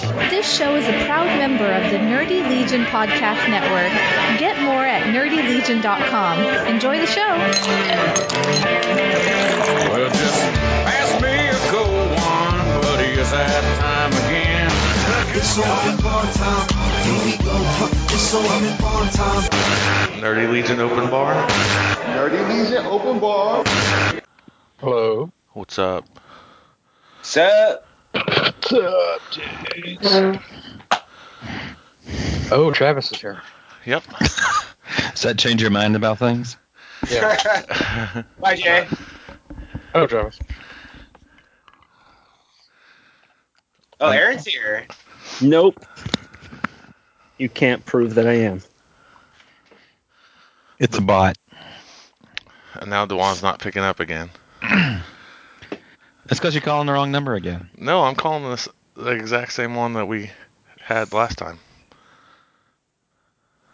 This show is a proud member of the Nerdy Legion Podcast Network. Get more at nerdylegion.com. Enjoy the show. Well, just pass me a cold one, buddy. It's that time again. It's all in bar time. Here we go. It's all in bar time. Nerdy Legion Open Bar. Nerdy Legion Open Bar. Hello. What's up? Sup? What's up, dudes? Oh, Travis is here. Yep. Does that change your mind about things? Yeah. Bye, Jay. Oh, Travis. Oh, Aaron's here. Nope. You can't prove that I am. It's a bot. And now Dewan's not picking up again. That's because you're calling the wrong number again. No, I'm calling this the exact same one that we had last time.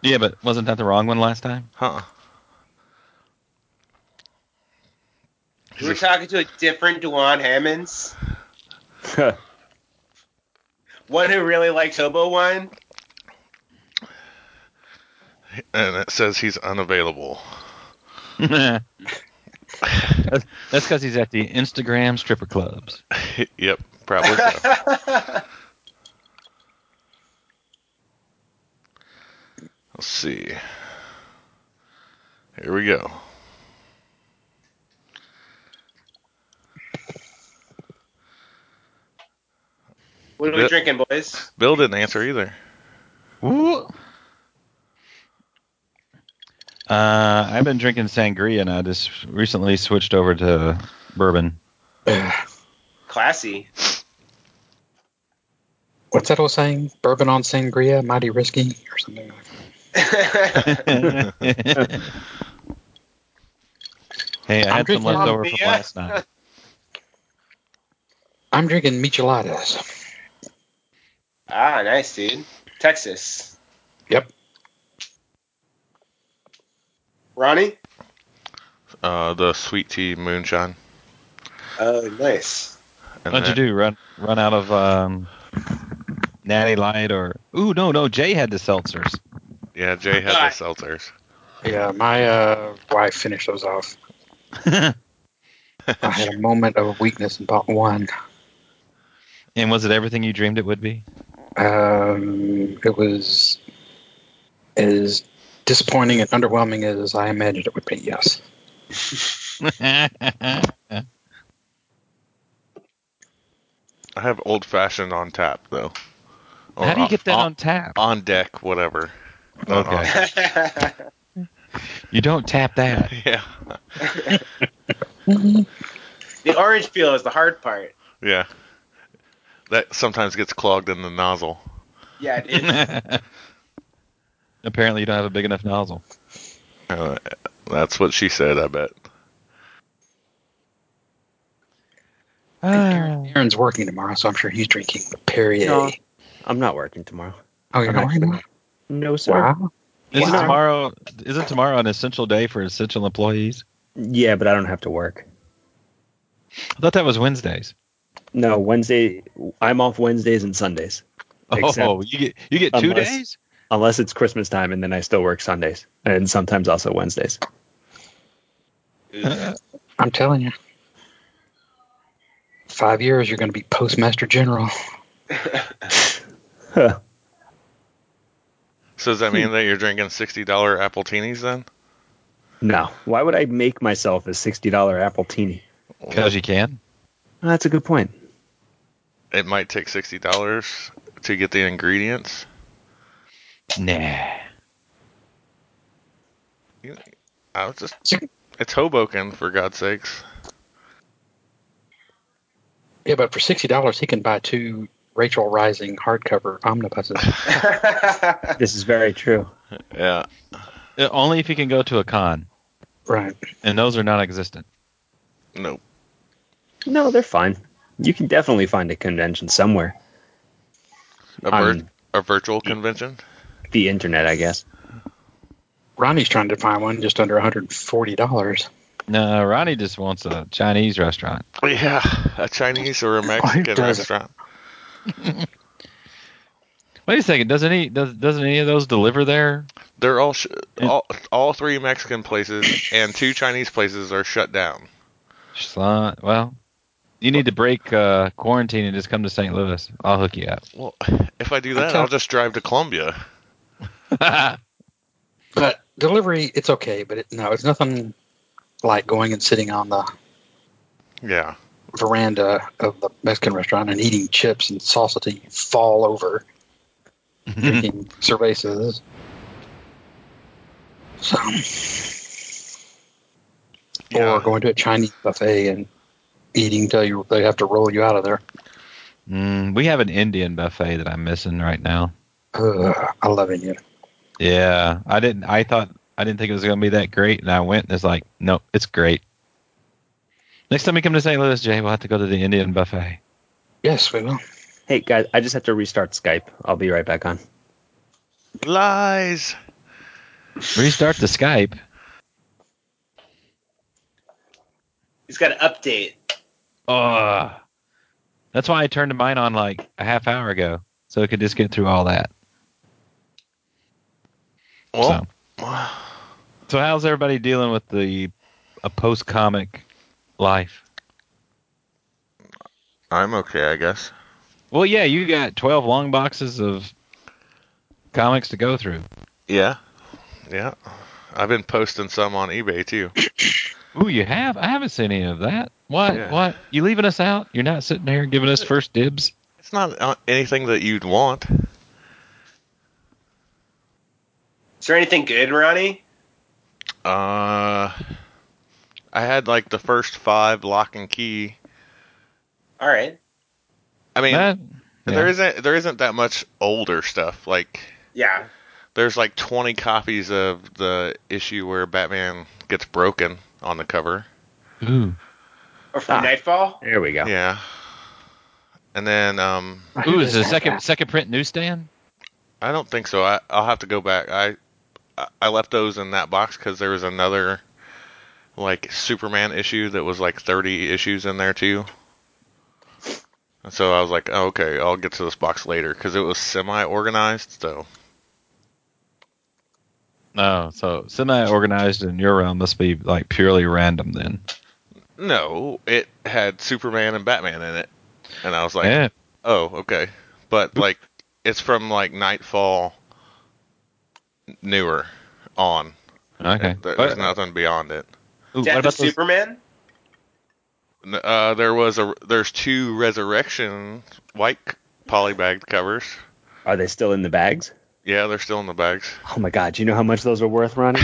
Yeah, but wasn't that the wrong one last time? Huh? We were talking to a different Dewan Hammonds. one who really likes Hobo Wine. And it says he's unavailable. that's because he's at the Instagram stripper clubs. yep, probably. So. Let's see. Here we go. What are we Yep. drinking, boys? Bill didn't answer either. Ooh. Uh, I've been drinking sangria and I just recently switched over to bourbon. Classy. What's that old saying? Bourbon on sangria, mighty risky, or something like that. hey, I had some drinking left over Mamma from Mia. last night. I'm drinking micheladas. ah, nice, dude. Texas. Yep. Ronnie? Uh, the sweet tea moonshine. Oh, nice. And What'd you do? Run run out of um, Natty Light or ooh no no Jay had the seltzers. do? Yeah, Jay had the seltzers. Yeah, my uh, wife finished those off. I had a moment of weakness and bought one. and was it everything you dreamed it would be? Um, it was as disappointing and underwhelming as I imagined it would be, yes. I have old fashioned on tap though. Or How do you get that on, on tap? on deck? Whatever. Not on- Okay. You don't tap that. yeah. the orange peel is the hard part. Yeah. That sometimes gets clogged in the nozzle. Yeah, dude. Apparently, you don't have a big enough nozzle. Uh, that's what she said. I bet. Ah. Aaron's working tomorrow, so I'm sure he's drinking Perrier. No. I'm not working tomorrow. Oh, you're I'm not working tomorrow? No, sir. Wow. Isn't Wow. tomorrow isn't tomorrow an essential day for essential employees? Yeah, but I don't have to work. I thought that was Wednesdays. No, Wednesday. I'm off Wednesdays and Sundays, Except- oh, you get you get two Unless- days. unless it's Christmas time, and then I still work Sundays, and sometimes also Wednesdays. I'm telling you. Five years, you're going to be postmaster general. Huh. So does that Hmm. mean that you're drinking sixty dollar apple teenies then? No, why would I make myself a sixty-dollar apple teeny? Because you can. Well, that's a good point. It might take sixty dollars to get the ingredients. Nah. I was just it's Hoboken for God's sakes. Yeah, but for sixty dollars, he can buy two Rachel Rising hardcover omnibuses. This is very true. Yeah. Uh, Only if you can go to a con, right. and those are non-existent. Nope. No, they're fine. You can definitely find a convention somewhere. A, vir- Um, a virtual convention. The internet, I guess. Ronnie's trying to find one just under one hundred and forty dollars. No, Ronnie just wants a Chinese restaurant. Yeah, a Chinese or a Mexican does it? restaurant. Wait a second. Doesn't any does, doesn't any of those deliver there? They're all, sh- all all three Mexican places and two Chinese places are shut down. Slut. Well, you need to break uh, quarantine and just come to St. Louis. I'll hook you up. Well, if I do that, I'll just drive to Columbia. But delivery, it's okay. But it, no, it's nothing like going and sitting on the Yeah. veranda of the Mexican restaurant and eating chips and salsa till you fall over, Mm-hmm. drinking cervezas. So, Yeah. or going to a Chinese buffet and eating till you they have to roll you out of there. Mm, we have an Indian buffet that I'm missing right now. Ugh, I love India. Yeah, I didn't. I thought I didn't think it was gonna be that great, and I went and it's like, no, it's great. Next time we come to St. Louis, Jay, we'll have to go to the Indian buffet. Yes, we will. Hey guys, I just have to restart Skype. I'll be right back on. Lies. Restart the Skype. He's got an update. Ugh. That's why I turned mine on like a half hour ago, so it could just get through all that. Well, So how's everybody dealing with the a post comic life? I'm okay, I guess. Well, yeah, you got twelve long boxes of comics to go through. Yeah. Yeah. I've been posting some on eBay too. Ooh, you have? I haven't seen any of that. What? Yeah. What? You leaving us out? You're not sitting here giving us first dibs? It's not uh, anything that you'd want. Is there anything good, Ronnie? Uh, I had like the first five lock and key. All right. I mean, That- there yeah. isn't there isn't that much older stuff. Like Yeah. there's like 20 copies of the issue where Batman gets broken on the cover. Ooh. Or from Ah. Nightfall? There we go. Yeah. And then um, Ooh, is the second second print newsstand? I don't think so. I I'll have to go back. I I- I left those in that box because there was another like Superman issue that was like 30 issues in there too. And so I was like, oh, okay, I'll get to this box later because it was semi-organized. So No, so semi organized in your realm must be like purely random then. no, it had Superman and Batman in it, and I was like, Yeah. oh, okay. But like, it's from like Nightfall newer on. Okay. There- What- There's nothing beyond it. ooh, Death of what about those- Superman? N- Uh, there was a there's two resurrection white c- polybagged covers. Are they still in the bags? Yeah, they're still in the bags. Oh my god, do you know how much those are worth, Ronnie?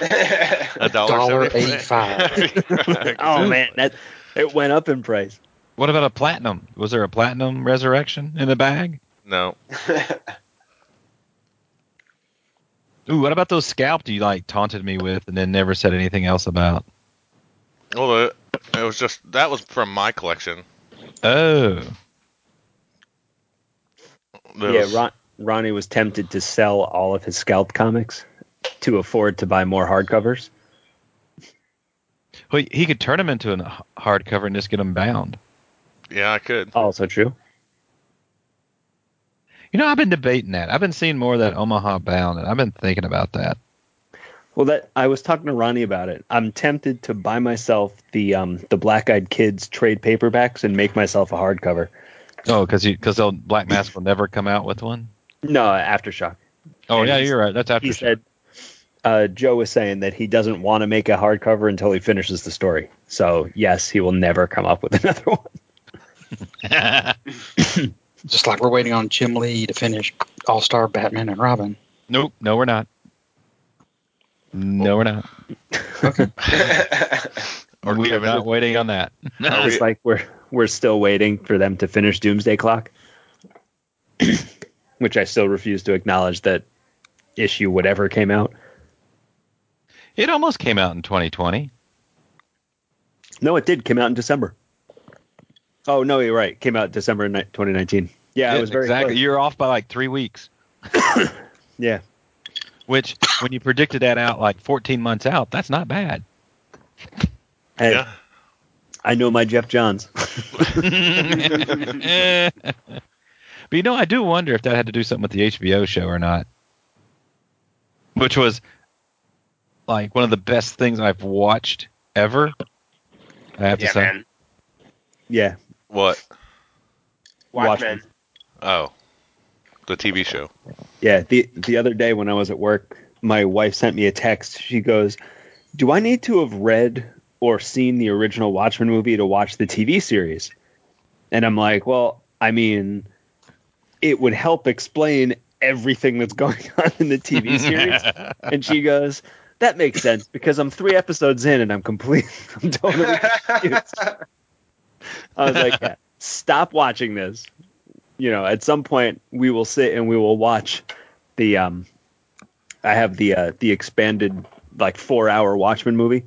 Yeah, a Dollar dollar seventy- 85. oh man, that it went up in price. what about a platinum? Was there a platinum resurrection in the bag? no, Ooh, what about those scalped you like taunted me with and then never said anything else about? well, it, it was just that was from my collection. Oh. There yeah, was- Ron, Ronnie was tempted to sell all of his scalp comics to afford to buy more hardcovers. Well, he could turn them into a hardcover and just get them bound. yeah, I could. Also true. You know, I've been debating that. I've been seeing more of that Omaha Bound, and I've been thinking about that. Well, that I was talking to Ronnie about it. I'm tempted to buy myself the um, the Black Eyed Kids trade paperbacks and make myself a hardcover. Oh, because because Black Mask will never come out with one. No, aftershock. Oh And yeah, he's- you're right. That's after. He said uh, Joe was saying that he doesn't want to make a hardcover until he finishes the story. So yes, he will never come up with another one. Just like we're waiting on Jim Lee to finish All Star Batman and Robin. nope. No, we're not. No, we're not. Or we are Kevin. not waiting on that. Just like we're we're still waiting for them to finish Doomsday Clock, which I still refuse to acknowledge that issue whatever came out. It almost came out in 2020. No, it did come out in December. Oh no, you're right. Came out December ni- 2019. Yeah, Yeah, I was very exactly. close. You're off by like three weeks. Yeah, Which, when you predicted that out like 14 months out, that's not bad. Hey, Yeah. I know my Jeff Johns. but But you know, I do wonder if that had to do something with the HBO show or not, which was like one of the best things I've watched ever. I have Yeah, to say, man. Yeah. What? Watchmen. Oh, the TV show. Yeah, the the other day when I was at work, my wife sent me a text. She goes, "Do I need to have read or seen the original Watchmen movie to watch the TV series?" And I'm like, "Well, I mean, it would help explain everything that's going on in the TV series." and she goes, "That makes sense because I'm 3 episodes in and I'm complete I'm totally confused." I was like, "Yeah, "Stop watching this." You know, at some point we will sit and we will watch the um I have the uh, the expanded like four hour Watchmen movie.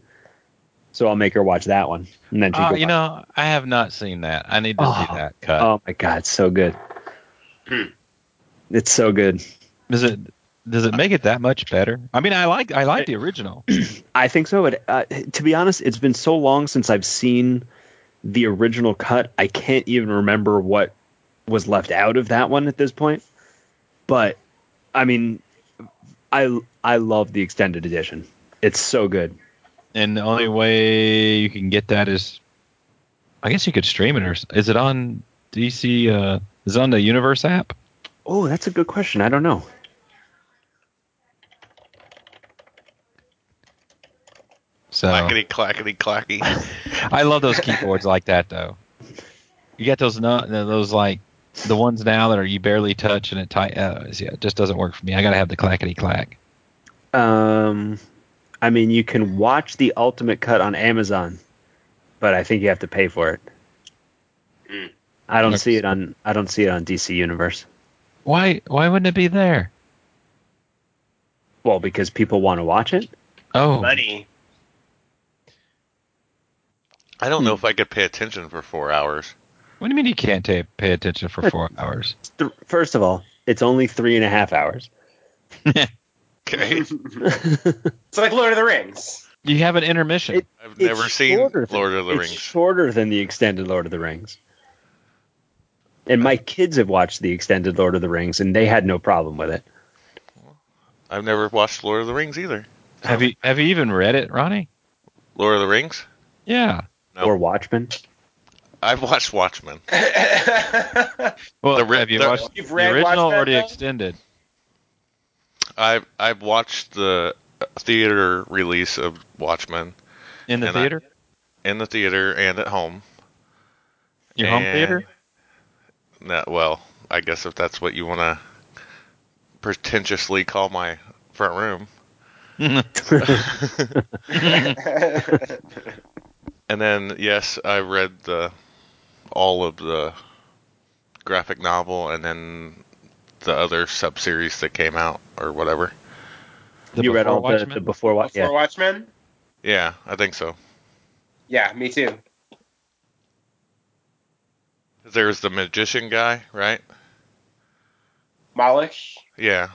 So I'll make her watch that one. And then she Oh, can you watch- know, I have not seen that. I need to Oh. see that cut. Oh my god, it's so good. it's so good. Does it does it make it that much better? I mean, I like I like the original. I think so. But uh, to be honest, it's been so long since I've seen the original cut. I can't even remember what was left out of that one at this point. But I mean, I I love the extended edition. It's so good. And the only way you can get that is, I guess you could stream it or s- is it on DC? Uh, is it on the Universe app? Oh, that's a good question. I don't know. So Clackety clackety clacky. I love those keyboards like that though. You got those not those like the ones now that are you barely touch and it tight. Uh, yeah, it just doesn't work for me. I gotta have the clackety clack. Um, I mean, you can watch the ultimate cut on Amazon, but I think you have to pay for it. I don't see it on I don't see it on DC Universe. Why why wouldn't it be there? Well, because people want to watch it. Oh, Money. I don't know if I could pay attention for four hours. what do you mean you can't ta pay attention for four hours? th- first of all, it's only three and a half hours. Okay, It's like Lord of the Rings. You have an intermission. It- I've never It's seen shorter than- Lord of the it's Rings. shorter than the extended Lord of the Rings. And my kids have watched the extended Lord of the Rings, and they had no problem with it. I've never watched Lord of the Rings either. have you have you even read it, Ronnie? Lord of the Rings. Yeah. Nope. Or Watchmen. I've watched Watchmen. Well, The ri- have you the- watched You've the read original Watchmen, or the though? extended? I've I've watched the uh, theater release of Watchmen In the And I- theater? in the theater and at home. Your home and- theater? No, well, I guess if that's what you want to pretentiously call my front room. and then yes, I read the all of the graphic novel and then the other sub series that came out or whatever. The you read Before all the, Watchmen? the before Watchmen. Before Yeah. Watchmen? Yeah, I think so. Yeah, me too. There's the magician guy, right? Moloch. Yeah.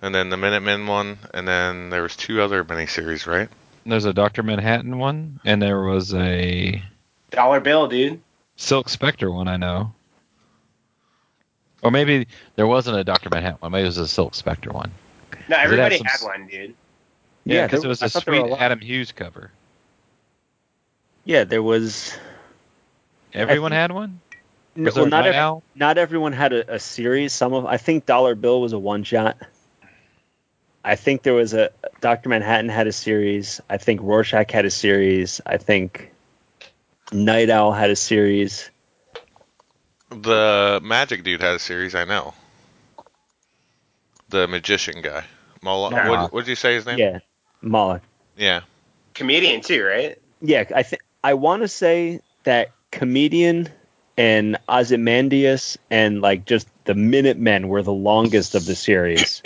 And then the Minutemen one, and then there was two other miniseries, right? There's a Doctor Manhattan one, and there was a Dollar bill, dude. Silk Spectre one. I know. Or maybe there wasn't a Doctor Manhattan one. Maybe it was a Silk Spectre one. No, have everybody some had s- one, dude. Yeah, because there- it was I a thought there were sweet lot- Adam Hughes cover. Yeah, there was. Everyone had one. Was there well, a not White every, Owl? not everyone had a, a series. Some of I think Dollar Bill was a one shot. I think there was a Doctor Manhattan had a series. I think Rorschach had a series. I think Night Owl had a series. The magic dude had a series, I know. The magician guy. Moloch. Moloch. What would you say his name? Yeah, Moloch. Yeah. Comedian too, right? Yeah, I think I want to say that comedian and Ozymandias and like just the Minutemen were the longest of the series.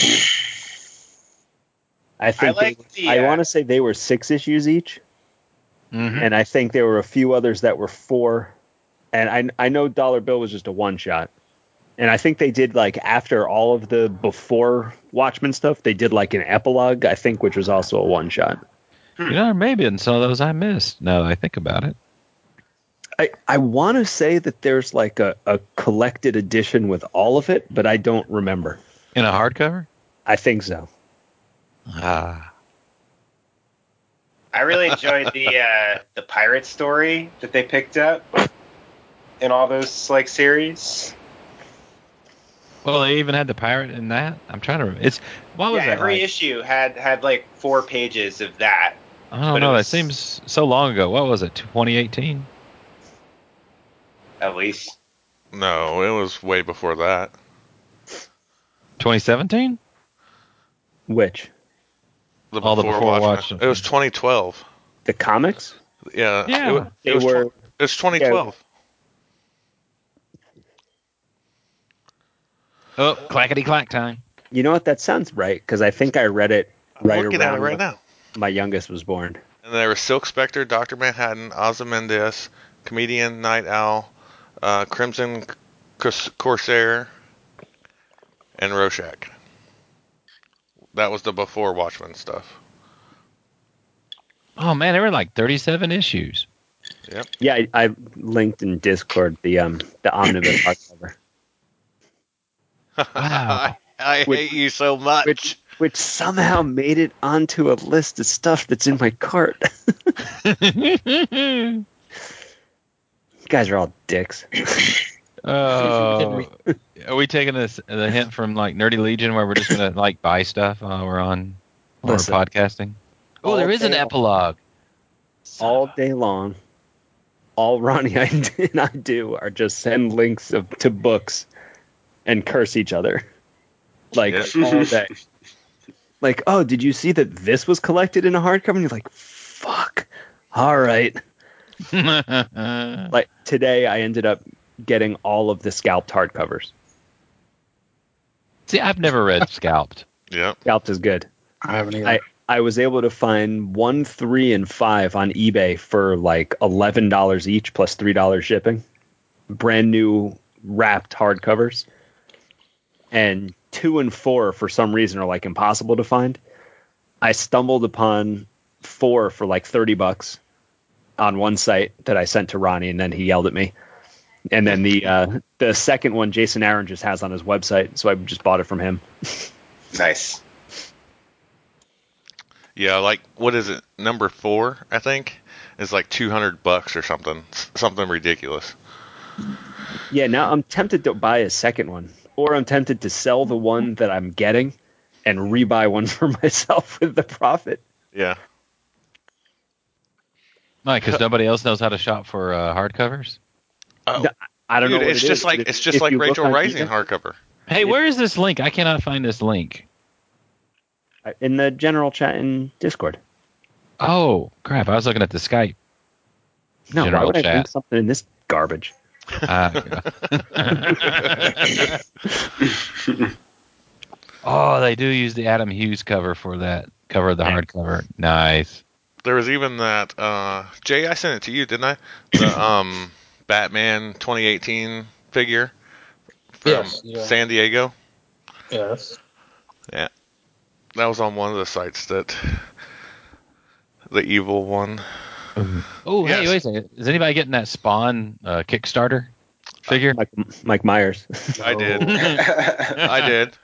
I think like they- the, I uh, want to say they were six issues each. Mm-hmm. Mhm. and I think there were a few others that were four. And I I know Dollar Bill was just a one shot, and I think they did like after all of the before Watchmen stuff, they did like an epilogue, I think, which was also a one shot. You know, there may have been some of those I missed. Now that I think about it. I, I want to say that there's like a, a collected edition with all of it, but I don't remember. In a hardcover? I think so. Ah. I really enjoyed the uh, the pirate story that they picked up in all those like series. Well, they even had the pirate in that. I'm trying to remember. It's what was yeah, that? every like? issue had had like four pages of that. I don't but it know. was- That seems so long ago. What was it? 2018? At least No, it was way before that. 2017? Which? The All the Before Watchmen. Watchmen. It was 2012. The comics? Yeah. Yeah. Uh, It, wa- it They was, tw- were. it was 2012. Oh, clackety clack time. You know what? That sounds right because I think I read it I'm right looking around at it right when now. my youngest was born. And there were Silk Spectre, Doctor Manhattan, Ozymandias, comedian Night Owl, uh, Crimson Cors- Corsair, and Rorschach. That was the before Watchmen stuff. Oh, man. There were like 37 issues. Yeah, I, I linked in Discord the um the omnibus hardcover, Wow. I Which- hate you so much. which which somehow made it onto a list of stuff that's in my cart. oh. you guys are all dicks. Uh, are we taking this the hint from like Nerdy Legion where we're just gonna like buy stuff while we're on while Listen. we're podcasting? Oh, there All is an day long. epilogue. all day long. All Ronnie I and I do are just send links of, to books and curse each other, like Yeah. all day. Like, oh, did you see that this was collected in a hardcover? And you're like, fuck. All right. Like today, I ended up getting all of the scalped hardcovers. See, I've never read Scalped. Yep. Scalped is good. I haven't either. I I was able to find one, three, and five on eBay for like eleven dollars each plus three dollars shipping. Brand new wrapped hardcovers. And two and four for some reason are like impossible to find. I stumbled upon four for like thirty bucks on one site that I sent to Ronnie and then he yelled at me. And then the uh, the second one Jason Aaron just has on his website, so I just bought it from him. nice. Yeah, like what is it? Number four, I think, is like 200 bucks or something, S- something ridiculous. Yeah, now I'm tempted to buy a second one, or I'm tempted to sell the one that I'm getting and rebuy one for myself with the profit. Yeah. Like, because nobody else knows how to shop for uh, hardcovers. Oh, Th- I don't dude, know. what it's it just is, like but it's just if like you look Rachel on Rising eBay- hardcover. Hey, where is this link? I cannot find this link. in the general chat in Discord. Oh crap! I was looking at the Skype. No, General why would I chat. link something in this garbage? Uh, oh, they do use the Adam Hughes cover for that cover of the hardcover. Nice. There was even that uh, Jay. I sent it to you, didn't I? The um, Batman 2018 figure from Yes, yeah. San Diego. yes. That was on one of the sites that the evil one. Oh, hey, Yes. wait a second. Is anybody getting that Spawn uh, Kickstarter figure? Mike, Mike Myers. I did. I did.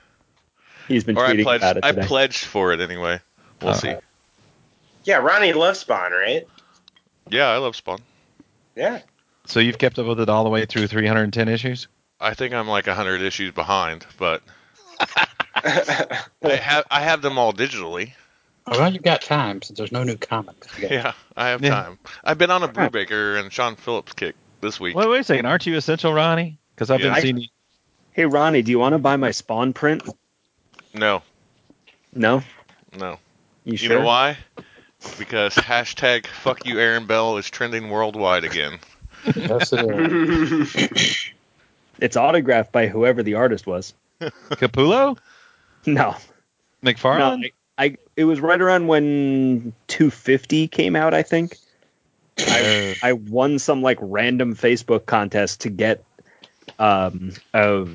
He's been Or I tweeting pledged. about it I today. pledged for it anyway. We'll Uh, see. yeah, Ronnie loves Spawn, right? Yeah, I love Spawn. Yeah. so you've kept up with it all the way through 310 issues? I think I'm like 100 issues behind, but I have I have them all digitally. Well, you've got time since there's no new comics. You got- Yeah, I have Yeah. time. I've been on a Brubaker and Sean Phillips kick this week. Wait, wait a second. Aren't you essential, Ronnie? Because I've Yeah. been seeing you. Hey Ronnie, do you want to buy my Spawn print? No, No, no. you You sure? know why? Because hashtag fuck you Aaron Bell is trending worldwide again. Yes, it is. It's autographed by whoever the artist was. Capullo? No, McFarlane? No, I, I it was right around when 250 came out, I think. I, I won some like random Facebook contest to get um a,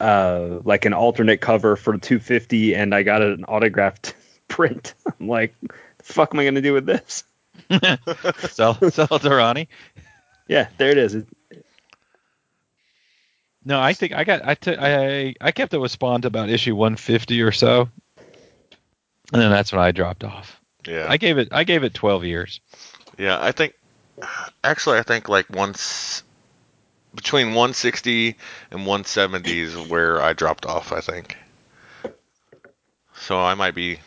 uh like an alternate cover for 250 and I got an autographed print. I'm like, the fuck am I going to do with this? sell, sell it to Ronnie. Yeah, there it is. It- No, I think I got I took I I kept it with Spawn to about issue 150 or so, and then that's when I dropped off. Yeah. I gave it I gave it 12 years. Yeah, I think actually I think like once between 160 and 170 is where I dropped off, I think. So I might be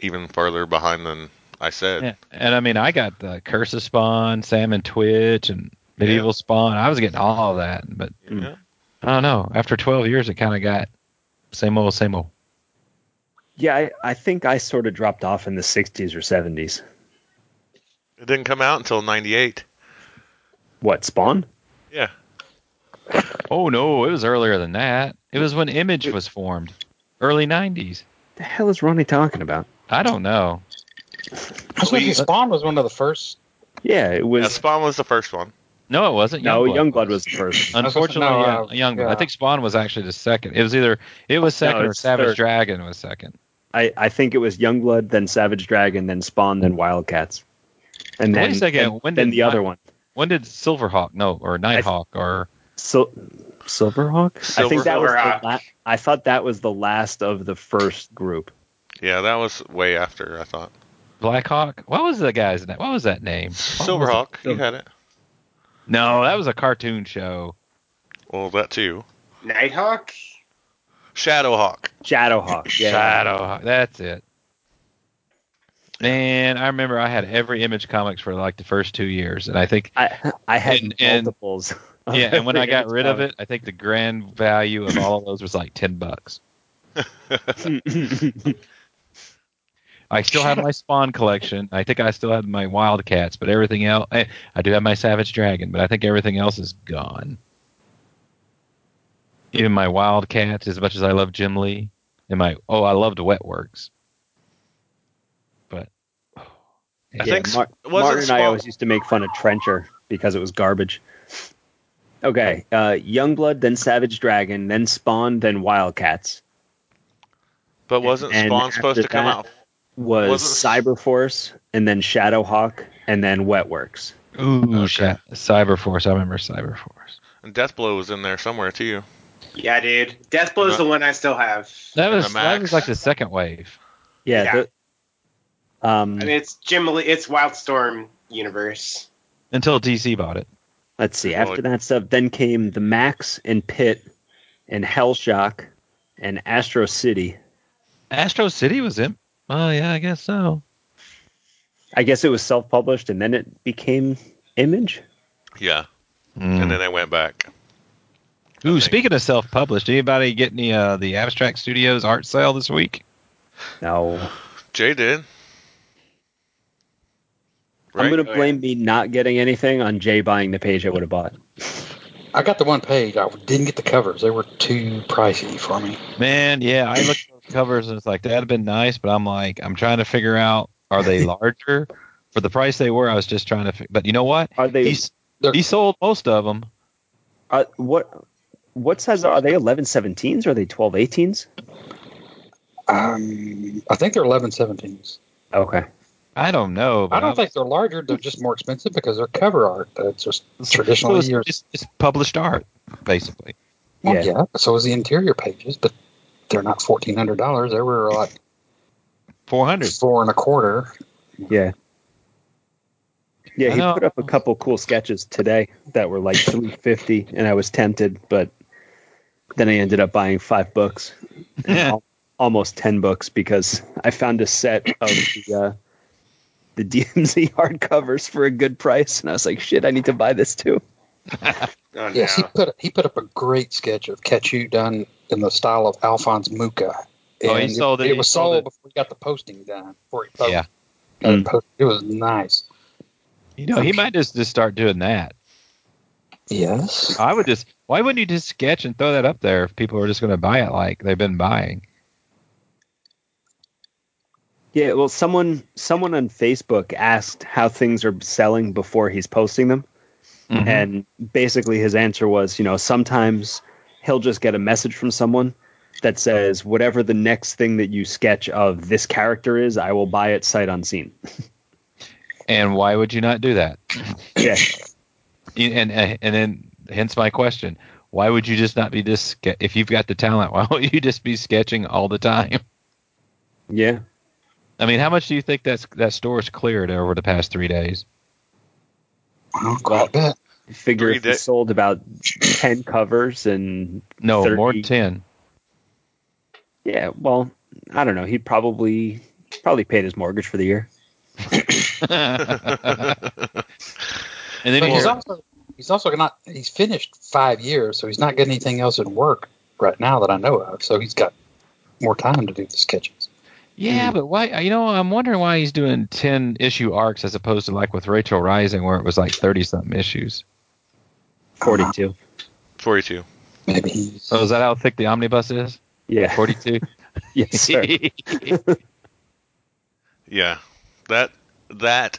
even farther behind than I said. Yeah. And I mean, I got the Curse of Spawn, Sam and Twitch, and Medieval Spawn. I was getting all of that, but Yeah. I don't know. After 12 years, it kind of got same old, same old. yeah, I, I think I sort of dropped off in the 60s or 70s. It didn't come out until 98. What, Spawn? Yeah. Oh no, it was earlier than that. It was when Image was formed, early 90s. The hell is Ronnie talking about? I don't know. I was gonna say Please. Spawn was one of the first. Yeah, it was. yeah. Spawn was the first one. No, it wasn't. no, Youngblood Youngblood was the first. was gonna say, Unfortunately, no, yeah, uh, Youngblood. I yeah. think Spawn was actually the second. It was either it was second or it's Savage third. Dragon was second. I, I think it was Youngblood, then Savage Dragon, then Spawn, then Wildcats. And Wait then, a second, then- when then did the other Wi- one. When did Silverhawk? No, or Nighthawk, or Sil- Silverhawk? I think that was Silverhawk. the la- I thought that was the last of the first group. Yeah, that was way after, I thought. Blackhawk. What was the guy's name? What was that name? What was it? Silverhawk, Oh. you had it. No, that was a cartoon show. Well, that too. Nighthawk? Shadowhawk. Shadowhawk. Yeah. Shadowhawk. That's it. Man, I remember I had every Image Comics for like the first two years, and I think I, I had And- and- multiples. of yeah, and when I every got image rid of comic. it, I think the grand value of all of those was like ten bucks. I still have my Spawn collection. I think I still have my Wildcats, but everything else, I, I do have my Savage Dragon, but I think everything else is gone. Even my Wildcats, as much as I love Jim Lee, and my oh, I loved Wetworks. But I Yeah, think Sp- Mar- wasn't Martin and I Spawn- always used to make fun of Trencher because it was garbage. Okay, uh, Youngblood, then Savage Dragon, then Spawn, then Wildcats But wasn't And Spawn supposed to after come that- out? was Wasn't- Cyberforce, and then Shadowhawk, and then Wetworks. ooh, Okay. sha- Cyberforce, I remember Cyberforce. And Deathblow was in there somewhere too. Yeah, dude. Deathblow's the one I still have. That And the was that Max. was like the second wave. Yeah. Yeah. the- um, And it's Jim Lee, it's Wildstorm universe. until DC bought it. let's see. Well, After it- that stuff, then came the Max and Pit, and Hellshock, and Astro City. Astro City was in. Oh yeah, I guess so. I guess it was self-published, and then it became Image. Yeah. Hmm. And then they went back. Mm. Ooh, think- speaking of self-published, anybody get any uh, the Abstract Studios art sale this week? No. Jay did. I'm Right? going Oh, to blame me not getting anything on Jay buying the page I would have bought. I got the one page. I didn't get the covers. They were too pricey for me. Man, yeah, I looked at those covers and it's like that'd have been nice, but I'm like, I'm trying to figure out are they larger for the price they were. I was just trying to, fi- but you know what? Are they He's, They're- he sold most of them. are, what? What size are they? 1117s? Are they 1218s? Um, I think they're 1117s. Okay. I don't know. But I don't was- think they're larger. They're just more expensive because they're cover art. That's just so traditionally it's, your. it's, it's published art, basically. Well, Yeah. yeah. So is the interior pages, but they're not fourteen hundred dollars. They were like Four hundred. four and a quarter. Yeah. I Yeah, he know- put up a couple cool sketches today that were like 350, and I was tempted, but then I ended up buying five books, and al- almost 10 books, because I found a set of the, uh, the DMZ hardcovers for a good price, and I was like, shit, I need to buy this too. Oh, no. Yes, he put he put up a great sketch of Ketchu done in the style of Alphonse Mucha. Oh, he And sold it- he It was sold sold, it. before he got the posting done. Before he posted, Yeah, got it Mm. posted. it was nice. you know, he might just just start doing that. Yes. I would just. Why wouldn't you just sketch and throw that up there if people are just going to buy it like they've been buying? Yeah, well, someone someone on Facebook asked how things are selling before he's posting them, Mm-hmm. and basically his answer was, you know, sometimes he'll just get a message from someone that says, "Whatever the next thing that you sketch of this character is, I will buy it sight unseen." And why would you not do that? yeah, and and and then hence my question: Why would you just not be this? ske- If you've got the talent, why won't you just be sketching all the time? Yeah. I mean, how much do you think that's that store's cleared over the past three days? Well, quite a bit. Figure Three if we da- sold about ten covers and No, more 30. than ten. yeah, well, I don't know. He probably probably paid his mortgage for the year. And then But he's you're- also he's also not he's finished five years, so he's not getting anything else in work right now that I know of. So he's got more time to do the sketches. Yeah, Hmm. but why? You know, I'm wondering why he's doing ten issue arcs as opposed to like with Rachel Rising, where it was like thirty something issues. Forty two. Forty-two. Maybe he's So is that how thick the omnibus is? Yeah. Forty two. yes, sir. Yeah, that that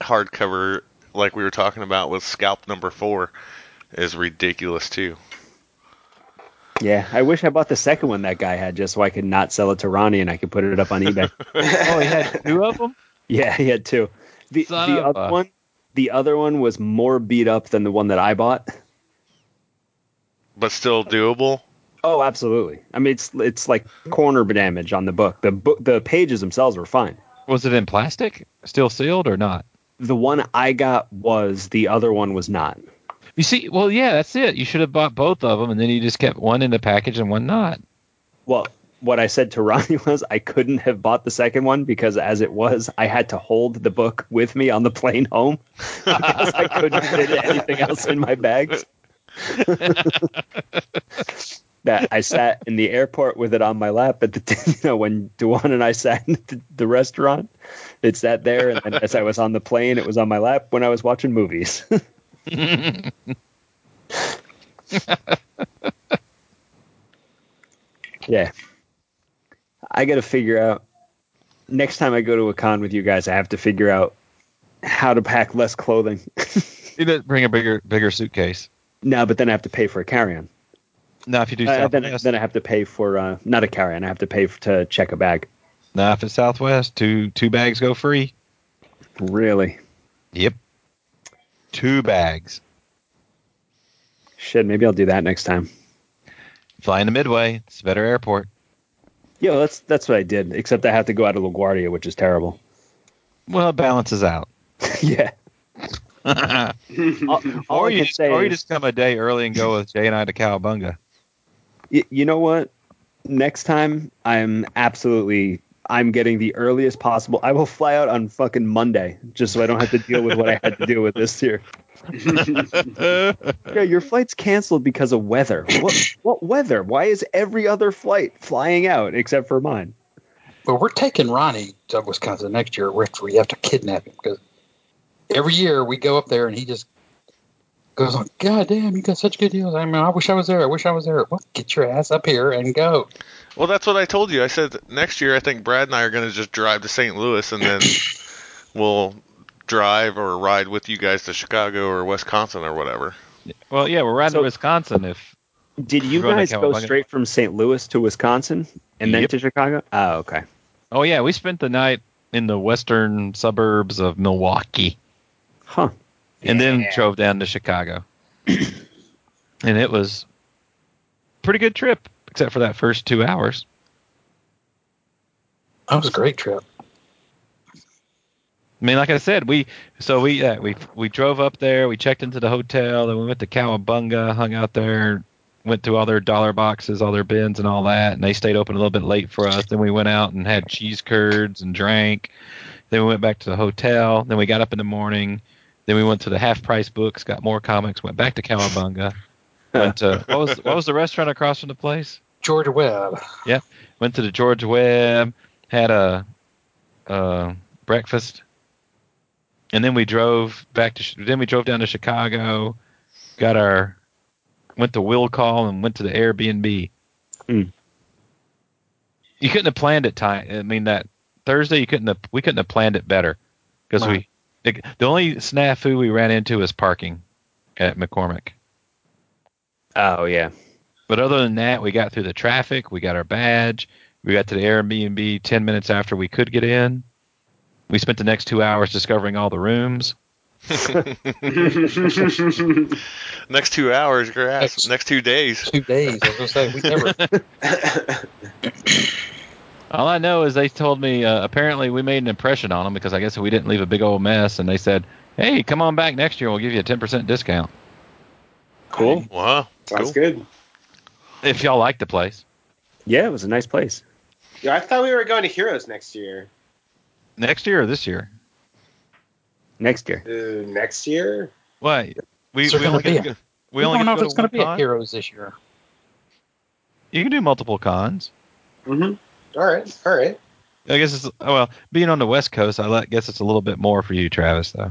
hardcover, like we were talking about with Scalp number four, is ridiculous too. Yeah. I wish I bought the second one that guy had just so I could not sell it to Ronnie and I could put it up on eBay. oh, he had two of them. yeah, he had two. The, the Son of other a- one the other one was more beat up than the one that I bought. But still doable. Oh, absolutely. I mean, it's it's like corner damage on the book. The book, the pages themselves were fine. Was it in plastic, still sealed or not? The one I got was the other one was not. You see, well, yeah, that's it. You should have bought both of them, and then you just kept one in the package and one not. Well, what I said to Ronnie was I couldn't have bought the second one because as it was, I had to hold the book with me on the plane home because I couldn't fit anything else in my bags. that I sat in the airport with it on my lap at the you know when Duane and I sat in the, the restaurant, it sat there, and then as I was on the plane, it was on my lap when I was watching movies. yeah, I got to figure out next time I go to a con with you guys. I have to figure out how to pack less clothing. You didn't bring a bigger, bigger suitcase. no, but then I have to pay for a carry-on. Now, if you do Uh, then, Southwest, then I have to pay for uh, not a carry-on. I have to pay for, to check a bag. now if it's Southwest, two two bags go free. Really? Yep, two bags. Shit, maybe I'll do that next time. Fly into Midway. It's a better airport. Yeah, that's that's what I did. Except I have to go out of LaGuardia, which is terrible. Well, it balances out. yeah. all, all or I you, can just, say or you is, just come a day early and go with Jay and I to Cowabunga. y- you know what? Next time, I'm absolutely. I'm getting the earliest possible. I will fly out on fucking Monday just so I don't have to deal with what I had to deal with this year. yeah, your flight's canceled because of weather. What what weather? Why is every other flight flying out except for mine? Well, we're taking Ronnie to Wisconsin next year. Which we have to kidnap him because every year we go up there and he just goes on. God damn, you got such good deals. I mean, I wish I was there. I wish I was there. Well, get your ass up here and go. Well, that's what I told you. I said next year I think Brad and I are going to just drive to St. Louis and then we'll drive or ride with you guys to Chicago or Wisconsin or whatever. Well, yeah, we're riding So- to Wisconsin. If Did you We're going to guys go Cowabunga. straight from St. Louis to Wisconsin and then Yep. to Chicago? Oh, okay. oh yeah, we spent the night in the western suburbs of Milwaukee, Huh. and then Yeah. drove down to Chicago, and it was a pretty good trip, except for that first two hours. That was a great trip. I mean, like I said, we so we uh, we we drove up there, we checked into the hotel, then we went to Cowabunga, hung out there, went through all their dollar boxes, all their bins, and all that, and they stayed open a little bit late for us. Then we went out and had cheese curds and drank. Then we went back to the hotel. Then we got up in the morning. Then we went to the half price books, got more comics, went back to Cowabunga. went to what was what was the restaurant across from the place? Georgia Webb. Went to the George Webb, had a, uh breakfast, and then we drove back to. Chi- Then we drove down to Chicago, got our, went to Will Call and went to the Airbnb. Hmm. You couldn't have planned it time. I mean that Thursday you couldn't have. We couldn't have planned it better because we. The, the only snafu we ran into is parking at McCormick. Oh yeah. But other than that, we got through the traffic. We got our badge. We got to the Airbnb 10 minutes after we could get in. We spent the next two hours discovering all the rooms. Next two hours, your ass. Next- Next two days. Two days. I was gonna say we never. All I know is they told me uh, apparently we made an impression on them because I guess we didn't leave a big old mess, and they said, "Hey, come on back next year. We'll give you a ten percent discount Cool. Wow. Cool. Sounds good. if y'all like the place." Yeah, it was a nice place. Yeah, I thought we were going to Heroes next year. Next year or this year? Next year. Uh, next year? What? We It's not we only gonna get be to go- We we only don't get know if to go it's to going one to be at con? Heroes this year. You can do multiple cons. Mm-hmm. All right. All right. I guess it's oh, well being on the West Coast. I li- guess it's a little bit more for you, Travis, though.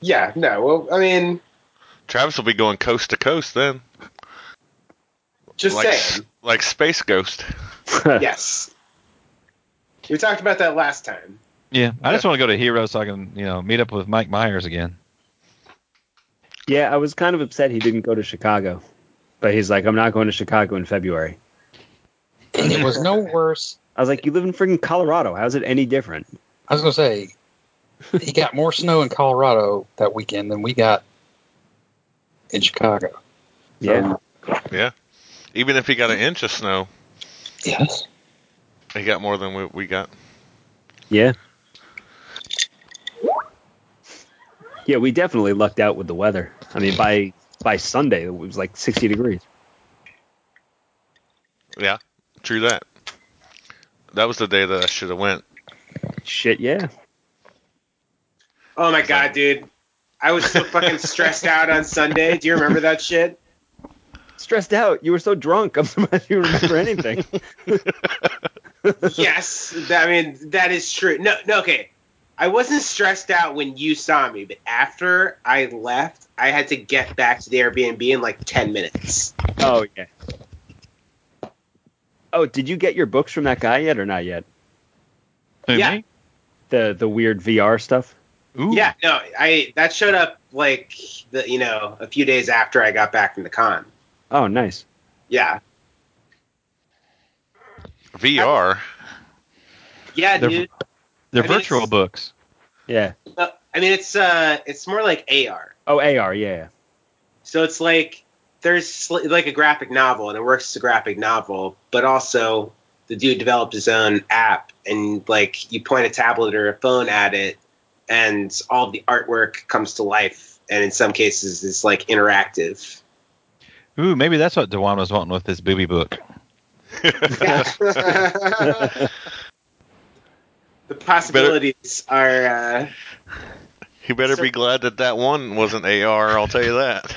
Yeah. No. Well, I mean, Travis will be going coast to coast then. just like, saying. like Space Ghost. yes. We talked about that last time. Yeah, I just want to go to Hero so I can you know meet up with Mike Myers again. Yeah, I was kind of upset he didn't go to Chicago. But he's like, I'm not going to Chicago in February. And it was no worse. I was like, you live in freaking Colorado. How's it any different? I was going to say he got more snow in Colorado that weekend than we got in Chicago. Yeah. Even if he got an inch of snow, Yes. he got more than we, we got. Yeah. Yeah, we definitely lucked out with the weather. I mean, by by Sunday, it was like 60 degrees. Yeah, true that. That was the day that I should have went. Shit, yeah. Oh my god, dude. I was so fucking stressed out on Sunday. Do you remember that shit? Stressed out. You were so drunk. I'm surprised you remember anything. Yes. Th- I mean, that is true. No, no, okay. I wasn't stressed out when you saw me, but after I left, I had to get back to the Airbnb in like 10 minutes. Oh, yeah. Oh, did you get your books from that guy yet or not yet? Who, Yeah. me? The the weird VR stuff? Ooh. Yeah, no, I that showed up like the you know, a few days after I got back from the con. Oh, nice. Yeah. VR. Yeah, They're- dude. They're I mean, virtual it's- books. Yeah. No, I mean, it's uh it's more like AR. Oh, AR, yeah. yeah. So it's like there's sli- like a graphic novel, and it works as a graphic novel, but also the dude developed his own app, and like you point a tablet or a phone at it, and all the artwork comes to life, and in some cases it's like interactive. Ooh, maybe that's what Dewan was wanting with this booby book. the possibilities are. Uh, He better be glad that that one wasn't AR. I'll tell you that.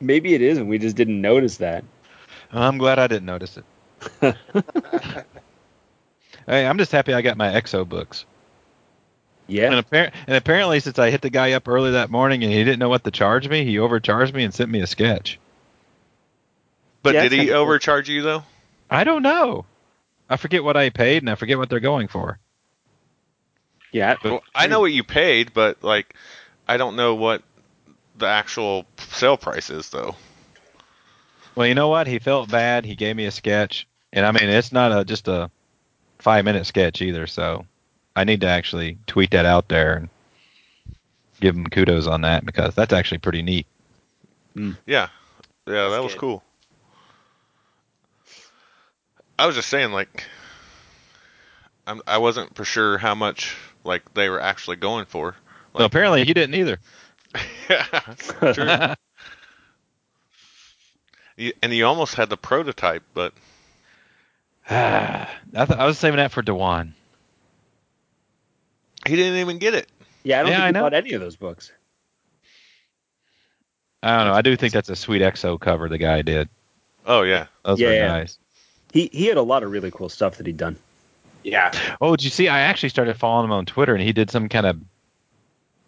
Maybe it is, and we just didn't notice that. I'm glad I didn't notice it. hey, I'm just happy I got my EXO books. And, Yeah. appar- and apparently, since I hit the guy up early that morning and he didn't know what to charge me, he overcharged me and sent me a sketch. But Yeah, did he kinda cool. overcharge you though? I don't know. I forget what I paid and I forget what they're going for. Yeah. Well, I know what you paid, but like, I don't know what the actual sale price is though. Well, you know what? He felt bad. He gave me a sketch, and I mean, it's not a just a five minute sketch either. So I need to actually tweet that out there and give him kudos on that because that's actually pretty neat. Yeah, yeah, that was good. cool. I was just saying, like, I'm, I wasn't for sure how much like they were actually going for. Well, apparently he didn't either. True. You- and you almost had the prototype, but I, th- I was saving that for Dewan. he didn't even get it. Yeah, I don't Yeah, think I you know. bought any of those books. I don't know. I do think that's a sweet EXO cover the guy did. Oh yeah, Those Yeah. were nice. He he had a lot of really cool stuff that he'd done. yeah, Oh, did you see? I actually started following him on Twitter, and he did some kind of.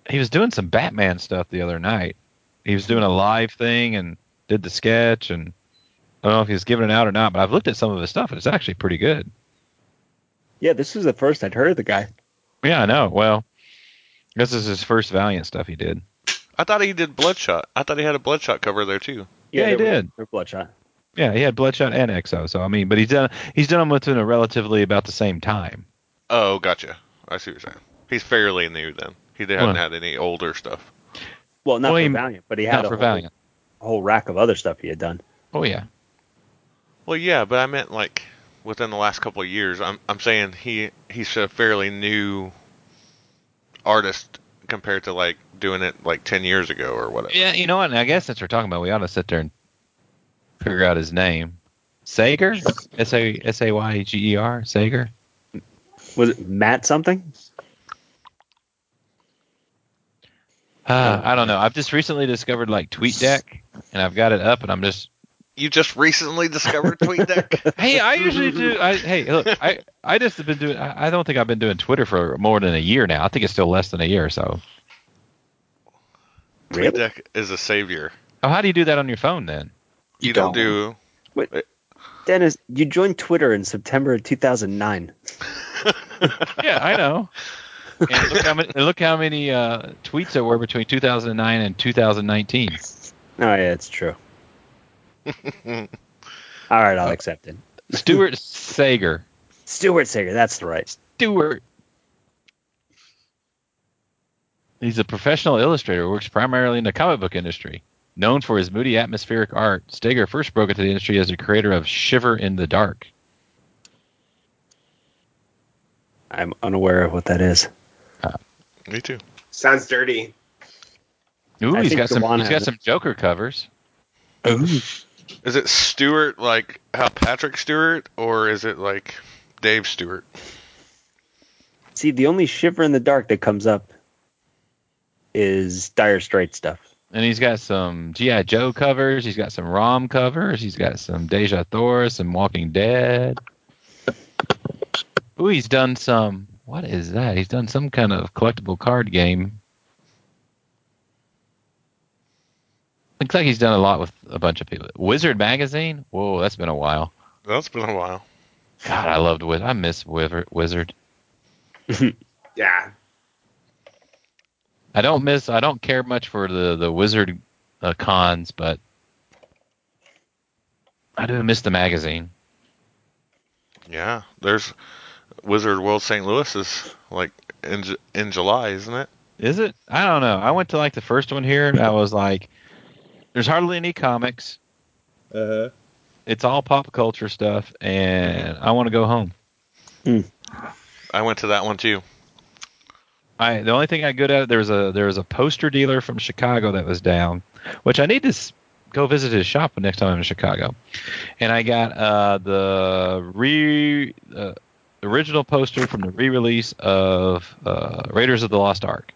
He was doing some Batman stuff the other night. He was doing a live thing and did the sketch, and I don't know if he was giving it out or not, but I've looked at some of his stuff, and it's actually pretty good. Yeah, this was the first I'd heard of the guy. Yeah, I know. Well, this is his first Valiant stuff he did. I thought he did Bloodshot. I thought he had a Bloodshot cover there too. Yeah, he they were- did. they were Bloodshot. Yeah, he had Bloodshot and EXO, so I mean, but he's done he's done them within a relatively about the same time. Oh, gotcha. I see what you're saying. He's fairly new then. He hadn't Well. had any older stuff. Well, not Well, he- for Valiant, but he had Not a for whole, Valiant. whole rack of other stuff he had done. Oh yeah. Well, yeah, but I meant like within the last couple of years. I'm I'm saying he he's a fairly new artist compared to like doing it like ten years ago or whatever. Yeah, you know what? And I guess since we're talking about, it, we ought to sit there and figure out his name. Sager, S A S A Y G E R, Sager. Was it Matt something? Uh, I don't know. I've just recently discovered like TweetDeck, and I've got it up, and I'm just You just recently discovered TweetDeck. hey, I usually do. I, hey, look, I I just have been doing. I, I don't think I've been doing Twitter for more than a year now. I think it's still less than a year or so. Really? TweetDeck is a savior. Oh, how do you do that on your phone then? You, You don't, don't. do. Dennis, you joined Twitter in September of 2009. Yeah, I know. And look how many, and look how many uh, tweets there were between 2009 and 2019. Oh, yeah, it's true. All right, I'll accept it. Stuart Sager. Stuart Sager, that's right. Stewart. He's a professional illustrator who works primarily in the comic book industry. Known for his moody atmospheric art, Steger first broke into the industry as the creator of Shiver in the Dark. I'm unaware of what that is. Me too. Sounds dirty. Ooh, I he's think got some Dewan he's has got it. some Joker covers. Is it Stewart like how Patrick Stewart or is it like Dave Stewart? See, the only shiver in the dark that comes up is Dire Straits stuff. And he's got some G.I. Joe covers, he's got some ROM covers, he's got some Deja Thor, some Walking Dead. Ooh, he's done some what is that? He's done some kind of collectible card game. Looks like he's done a lot with a bunch of people. Wizard magazine? Whoa, that's been a while. That's been a while. God, I loved Wizard. I miss Wiver- Wizard. Yeah. I don't miss. I don't care much for the the Wizard uh, cons, but I do miss the magazine. Yeah, there's Wizard World St. Louis is like in Ju- in July, isn't it? Is it? I don't know. I went to like the first one here, and I was like, "There's hardly any comics. Uh, It's all pop culture stuff, and I want to go home." I went to that one too. I the only thing I good at there was a there was a poster dealer from Chicago that was down, which I need to s- go visit his shop the next time I'm in Chicago, and I got uh, the re uh, original poster from the re-release of uh, Raiders of the Lost Ark.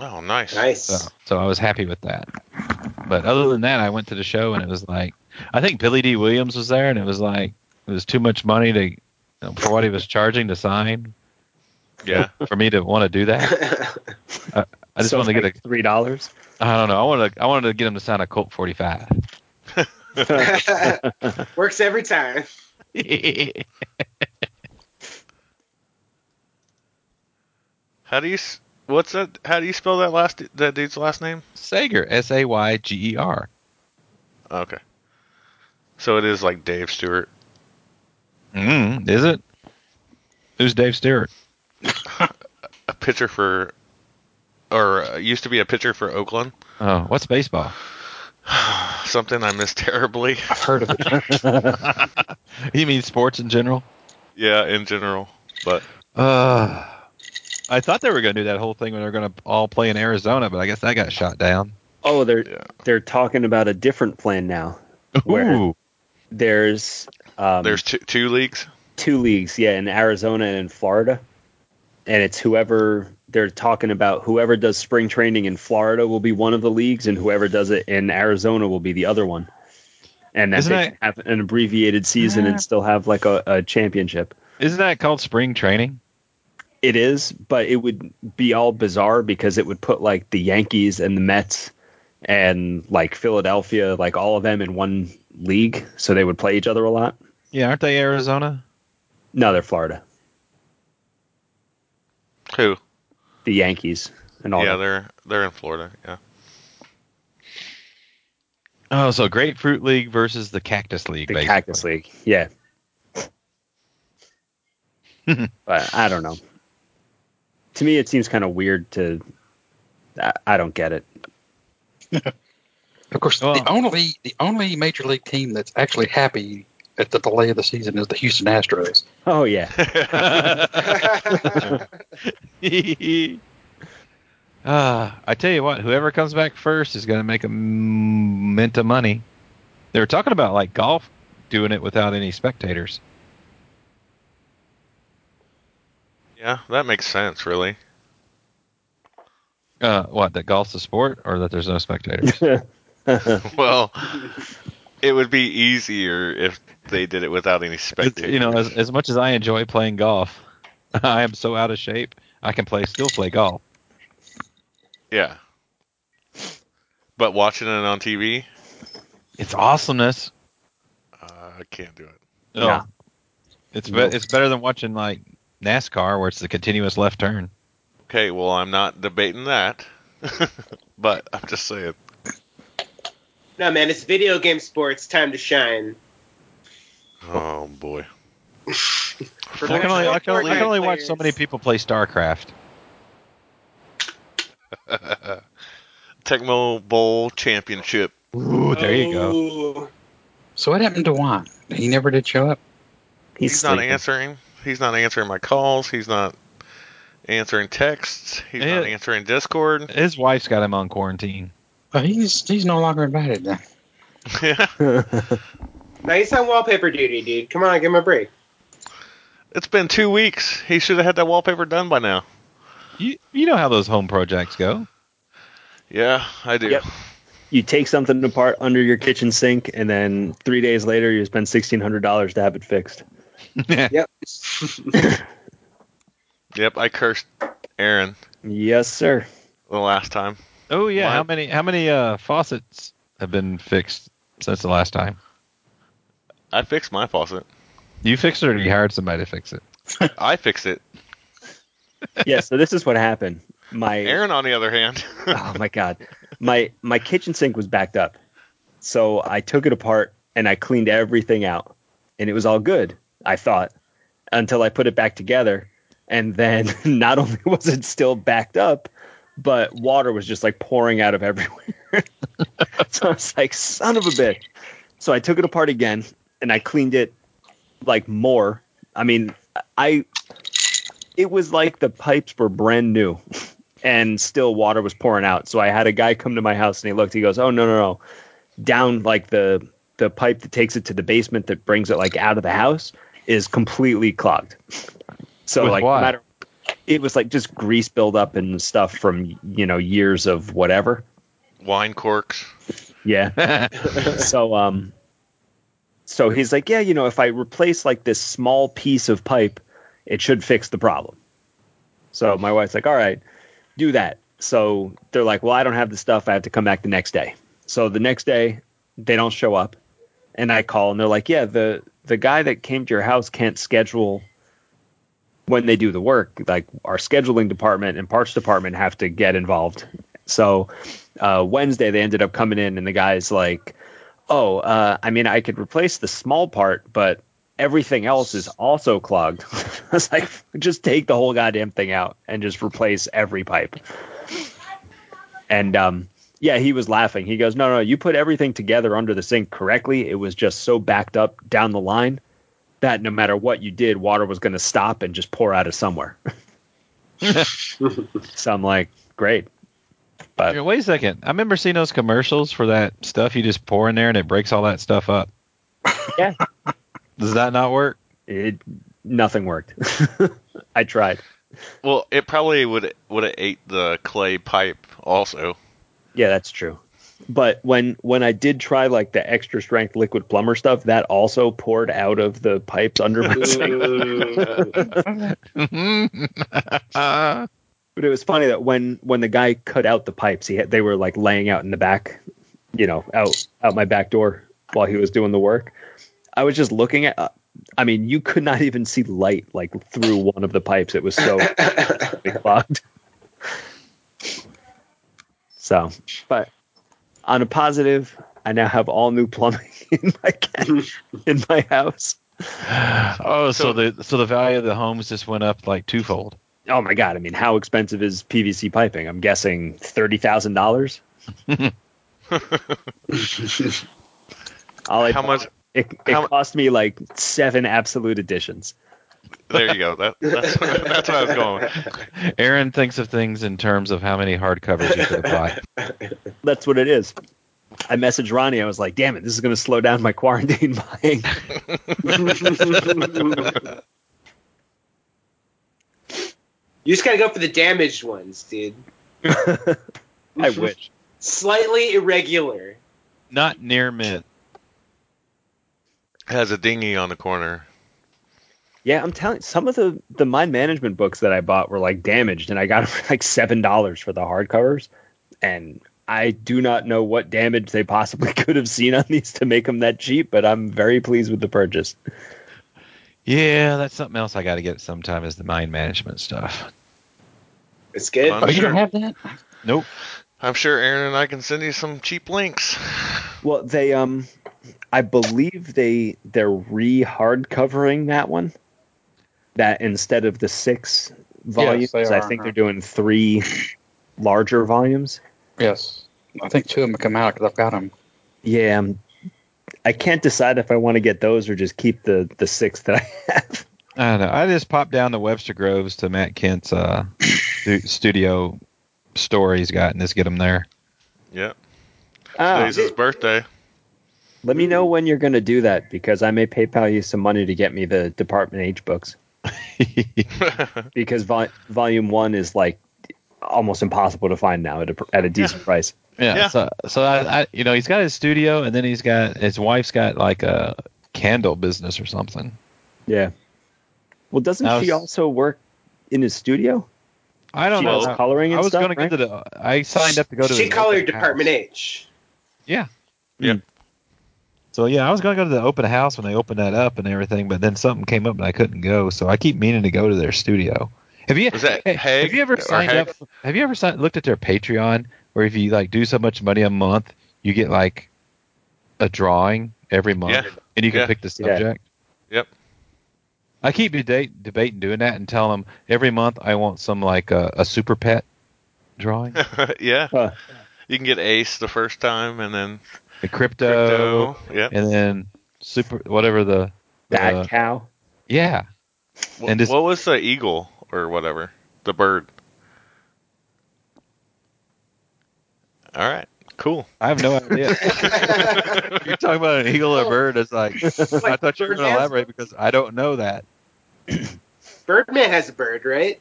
Oh, nice. Nice. So, so I was happy with that. But other than that, I went to the show and it was like, I think Billy D. Williams was there, and it was like it was too much money to you know, for what he was charging to sign Yeah, for me to want to do that. I, I just So wanted to it's get like three dollars. a, I don't know, I wanted to, I wanted to get him to sign a Colt 45. Works every time. how do you s- what's that? How do you spell that last du- that dude's last name? Sager, S A Y G E R. Okay, so it is like Dave Stewart. Mm, is it? Who's Dave Stewart? A pitcher for, or uh, used to be a pitcher for Oakland. Oh, what's baseball? Something I missed terribly. I've heard of it. You mean sports in general? yeah, in general, but Uh, I thought they were going to do that whole thing when they were going to all play in Arizona, but I guess that got shot down. Oh, they're Yeah. they're talking about a different plan now. Where? Ooh. There's um, there's two, two leagues. two leagues, yeah, in Arizona and in Florida, and it's whoever they're talking about. Whoever does spring training in Florida will be one of the leagues, and whoever does it in Arizona will be the other one. And that Isn't they it- can have an abbreviated season and still have like a, a championship. Isn't that called spring training? It is, but it would be all bizarre because it would put like the Yankees and the Mets and like Philadelphia, like all of them in one league, so they would play each other a lot. Yeah, aren't they Arizona? No, they're Florida, Who? the Yankees and all. yeah, that. they're they're in Florida. Yeah. Oh, so Grapefruit League versus the Cactus League. the basically. Cactus League. Yeah, but I don't know. To me, it seems kind of weird to. I, I don't get it. Of course, Well- the only the only major league team that's actually happy at the delay of the season is the Houston Astros. Oh yeah, uh, I tell you what, whoever comes back first is going to make a m- mint of money. They were talking about like golf doing it without any spectators. Yeah, that makes sense, really. Uh, what? That golf's a sport, or that there's no spectators? Well, it would be easier if they did it without any spectators. you know, as, as much as I enjoy playing golf, I am so out of shape. I can play, still play golf. yeah. But watching it on TV, It's awesomeness. uh, I can't do it. No. Nah. It's be- it's better than watching like NASCAR, where it's the continuous left turn. Okay, well, I'm not debating that, but I'm just saying. No, man, it's video game sports. Time to shine. Oh boy. I can only, I can only, I can only watch so Players. many people play StarCraft. Tecmo Bowl Championship. Ooh, there you go. go. So what happened to Juan? He never did show up. He's, he's, not sleeping. answering. He's not answering my calls. He's not answering texts. He's not Yeah. answering Discord. His wife's got him on quarantine. Well, he's he's no longer invited now. Now he's on wallpaper duty, dude. Come on, give him a break. it's been two weeks. He should have had that wallpaper done by now. You you know how those home projects go. Yeah, I do. Yep. You take something apart under your kitchen sink, and then three days later, you spend sixteen hundred dollars to have it fixed. Yep. Yep, I cursed Aaron Yes, sir. the last time. oh yeah, Why- how many how many uh, faucets have been fixed since the last time? I fixed my faucet. You fixed it, or you hired somebody to fix it? I fixed it. Yeah. So this is what happened. My Aaron, on the other hand, oh my god my my kitchen sink was backed up so i took it apart and i cleaned everything out and it was all good i thought until i put it back together and then not only was it still backed up but water was just like pouring out of everywhere so i was like son of a bitch so i took it apart again and i cleaned it like more i mean i it was like the pipes were brand new and still water was pouring out. So I had a guy come to my house and he looked. He goes, "Oh no, no, no!" Down like the the pipe that takes it to the basement that brings it like out of the house is completely clogged. So With like no what? matter it was like just grease buildup and stuff from you know years of whatever. wine corks. Yeah. so um so he's like, "Yeah, you know, if I replace like this small piece of pipe, it should fix the problem." So my wife's like, "All right, do that." So they're like, "Well, I don't have the stuff. I have to come back the next day." So the next day, they don't show up, and I call and they're like, "Yeah, the the guy that came to your house can't schedule when they do the work. Like our scheduling department and parts department have to get involved." So uh, Wednesday, they ended up coming in, and the guy's like, "Oh, uh, I mean, I could replace the small part, but everything else is also clogged." I was like, "Just take the whole goddamn thing out and just replace every pipe." And um, yeah, he was laughing. He goes, "No, no, you put everything together under the sink correctly. It was just so backed up down the line." That no matter what you did, water was going to stop and just pour out of somewhere. so I'm like, great. But Here, wait a second. I remember seeing those commercials for that stuff you just pour in there and it breaks all that stuff up. Yeah. Does that not work? it nothing worked. I tried. Well, it probably would would have ate the clay pipe also. Yeah, that's true. But when when I did try like the extra strength liquid plumber stuff, that also poured out of the pipes under my sink. Oh, But it was funny that when when the guy cut out the pipes, he had, they were like laying out in the back, you know, out out my back door while he was doing the work. I was just looking at. Uh, I mean, you could not even see light like through one of the pipes. It was so clogged. So, but on a positive, I now have all new plumbing in my ca- in my house. Oh, so, the so the value of the homes just went up like twofold. Oh my god! I mean, how expensive is PVC piping? I'm guessing thirty thousand dollars. How much? It, it how- cost me like seven absolute editions. There you go. That, that's that's what I was going. Aaron thinks of things in terms of how many hardcovers you could buy. That's what it is. I messaged Ronnie. I was like, "Damn it, this is going to slow down my quarantine buying." You just gotta go for the damaged ones, dude. I wish. Slightly irregular. Not near mint. Has a dinghy on the corner. Yeah, I'm telling. Some of the the mind management books that I bought were like damaged, and I got them for like seven dollars for the hardcovers, and I do not know what damage they possibly could have seen on these to make them that cheap. But I'm very pleased with the purchase. Yeah, that's something else I got to get sometime is the mind management stuff. It's good. I'm Oh, you sure. don't have that? Nope. I'm sure Aaron and I can send you some cheap links. Well, they um, I believe they they're re hardcovering that one. That instead of the six volumes, they I are, think huh? they're doing three larger volumes. Yes. I think two of them come out because I've got them. Yeah, I'm, I can't decide if I want to get those or just keep the the six that I have. I don't know. I just popped down to Webster Groves to Matt Kent's uh, stu- studio store he's got and just get him there. Yep. Ah, Today's his birthday. let me know when you're going to do that because I may PayPal you some money to get me the Department H books because vol- Volume One is like almost impossible to find now at a, pr- at a decent price. Yeah. Yeah. So, so I, I, you know, he's got his studio, and then he's got his wife's got like a candle business or something. Yeah. Well, doesn't I was- she also work in his studio? I don't She know. does coloring and I was stuff, gonna right? go to the. I signed up to go to. she his colored open Department house. H. Yeah. Yep. So yeah, I was gonna go to the open house when they opened that up and everything, but then something came up and I couldn't go. So I keep meaning to go to their studio. Have you? Was that hey, Haig have you ever or signed Haig? up? Have you ever signed, looked at their Patreon, where if you like do so much money a month, you get like a drawing every month, Yeah. and you can Yeah. pick the Yeah. subject. Yep. I keep debate, debating doing that and telling them every month I want some like a, a super pet drawing, yeah. Huh. You can get Ace the first time, and then a crypto, Crypto. Yep. and then super whatever the, That the- cow. yeah. Wh- and just- what was the eagle or whatever? The bird. All right. Cool. I have no idea. You're talking about an eagle or a bird. It's like I thought you were going to Birdman's- elaborate because I don't know that. Birdman has a bird, right?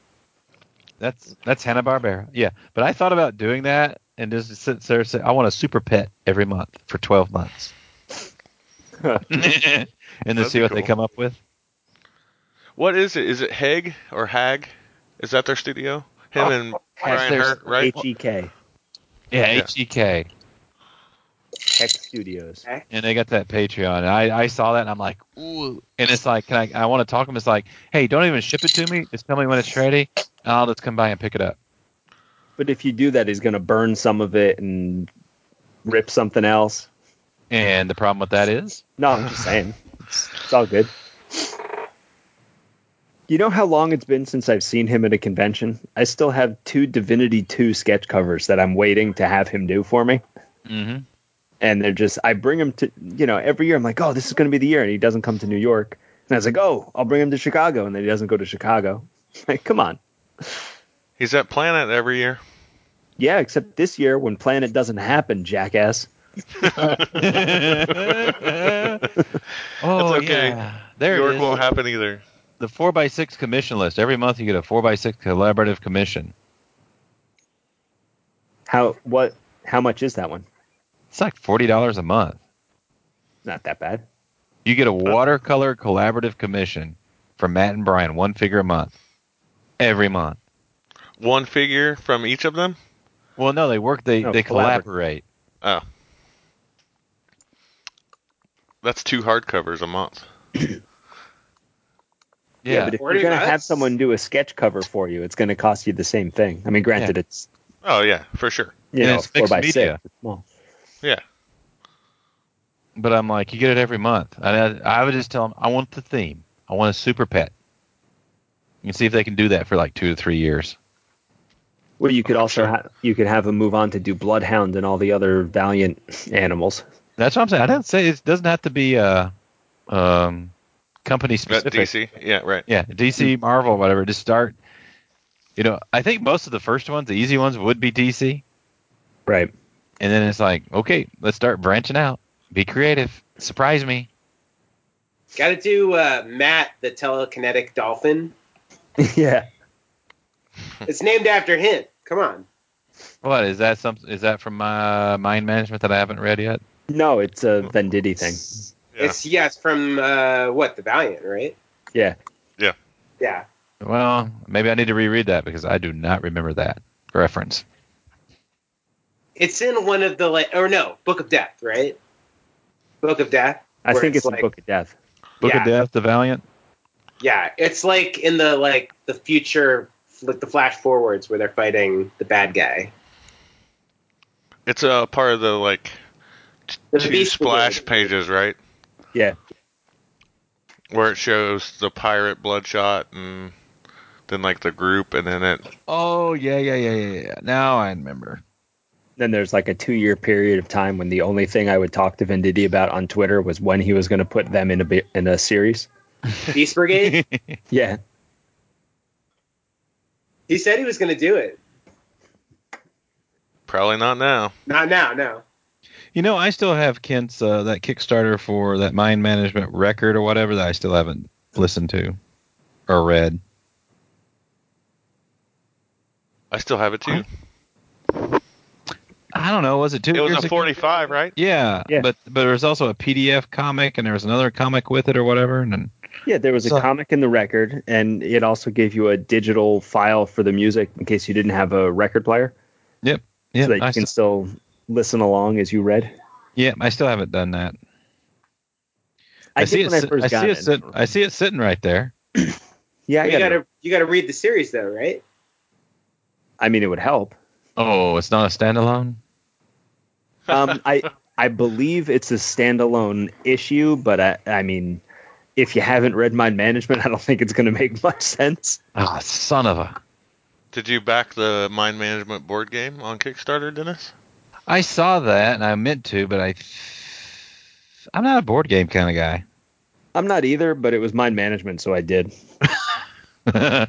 That's that's Hanna Barbera. Yeah, but I thought about doing that and just sit there and say I want a super pet every month for twelve months, and then That'd see be what they cool. come up with. What is it? Is it Haig or Hag? Is that their studio? Oh, Him and Brian Hurt, right? H E K. Yeah, Yeah. H E K. Tech Studios. and they got that Patreon. And I, I saw that and I'm like, ooh. And it's like, can I? I want to talk to them. It's like, hey, don't even ship it to me. Just tell me when it's ready. And I'll just come by and pick it up. But if you do that, he's going to burn some of it and rip something else. And the problem with that is, No, I'm just saying. It's, it's all good. You know how long it's been since I've seen him at a convention? I still have two Divinity 2 sketch covers that I'm waiting to have him do for me. mm-hmm. And they're just, I bring him to, you know, every year I'm like, oh, this is going to be the year. And he doesn't come to New York. And I was like, oh, I'll bring him to Chicago. And then he doesn't go to Chicago. Like, come on. He's at Planet every year. Yeah, except this year when Planet doesn't happen, jackass. oh That's okay. yeah, there New York it is. won't happen either. the four by six commission list. Every month you get a four by six collaborative commission. How what? How much is that one? It's like forty dollars a month. Not that bad. You get a watercolor collaborative commission from Matt and Brian, one figure a month, every month. One figure from each of them. Well, no, they work. They No, they collaborate. collaborate. Oh, that's two hardcovers a month. Yeah, but if you're 40 gonna have bucks? someone do a sketch cover for you, it's gonna cost you the same thing. I mean, granted, Yeah. it's Oh yeah, for sure. you And know it's four mixed by media. six. It's small. Yeah. But I'm like, you get it every month. And I, I would just tell them, I want the theme. I want a super pet. You can see if they can do that for like two to three years. Well, you could also ha- you could have them move on to do Bloodhound and all the other Valiant animals. That's what I'm saying. I didn't say it doesn't have to be uh, um, company Got specific. DC. Yeah, right. Yeah, DC, Marvel, whatever. Just start. You know, I think most of the first ones, the easy ones, would be DC, Right. and then it's like, okay, let's start branching out. Be creative. Surprise me. Got to do uh, Matt the telekinetic dolphin. yeah. Hmm. It's named after him. Come on. What is that? Some is that from my mind management that I haven't read yet? No, it's a Venditti thing. Yeah. It's yes from uh, what the Valiant, right? Yeah. Yeah. Well, maybe I need to reread that because I do not remember that reference. It's in one of the like, or no, Book of Death, right? Book of Death. I where think it's, like- a Book of Death. Book Yeah. of Death, The Valiant. Yeah, it's like in the like the future, like the flash forwards where they're fighting the bad guy. It's a uh, part of the like t- The two Beast splash Brigade. pages, right? Yeah. Where it shows the pirate Bloodshot and then like the group, and then it Oh yeah, yeah, yeah, yeah. yeah. Now I remember. Then there's like a two year period of time when the only thing I would talk to Venditti about on Twitter was when he was going to put them in a bi- in a series. Beast Brigade. Yeah. he said he was going to do it. probably not now. Not now, no. You know, I still have Kent's uh, that Kickstarter for that mind management record or whatever that I still haven't listened to or read. I still have it too. I don't know. Was it two? It was years a ago? 45, right? Yeah, Yeah. but but there was also a PDF comic and there was another comic with it or whatever. And then, Yeah, there was a So- comic in the record, and it also gave you a digital file for the music in case you didn't have a record player, yeah, so that I you can still, still listen along as you read. yeah, I still haven't done that. I, see did it. when I sit- first I got see it. it. sit- I see it sitting right there. yeah, I you got got it. to you got to read the series though, right? I mean, it would help. Oh, it's not a standalone. Um, I I believe it's a standalone issue, but I I mean, if you haven't read Mind Management, I don't think it's going to make much sense. Ah, son of a! Did you back the mind management board game on Kickstarter, Dennis? I saw that and I meant to, but I I'm not a board game kind of guy. I'm not either, but it was Mind Management, so I did.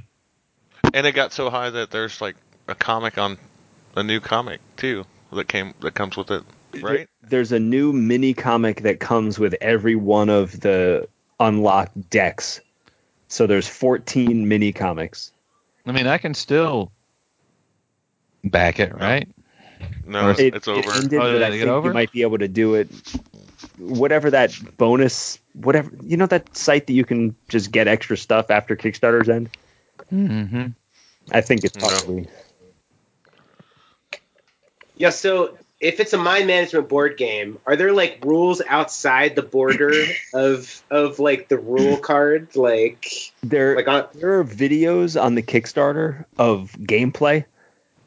And it got so high that there's like a comic on a new comic too that came that comes with it, right? There's a new mini comic that comes with every one of the unlocked decks. So there's 14 mini comics. I mean, I can still back it, right? No, it's, It- it's it over. ended, Oh, but did I it get think over? you might be able to do it. Whatever that bonus, whatever you know, that site that you can just get extra stuff after Kickstarter's end. Mm-hmm. I think it's No. probably Yeah. So if it's a mind management board game, are there like rules outside the border of of like the rule card, like there. like uh, on, there are videos on the Kickstarter of gameplay,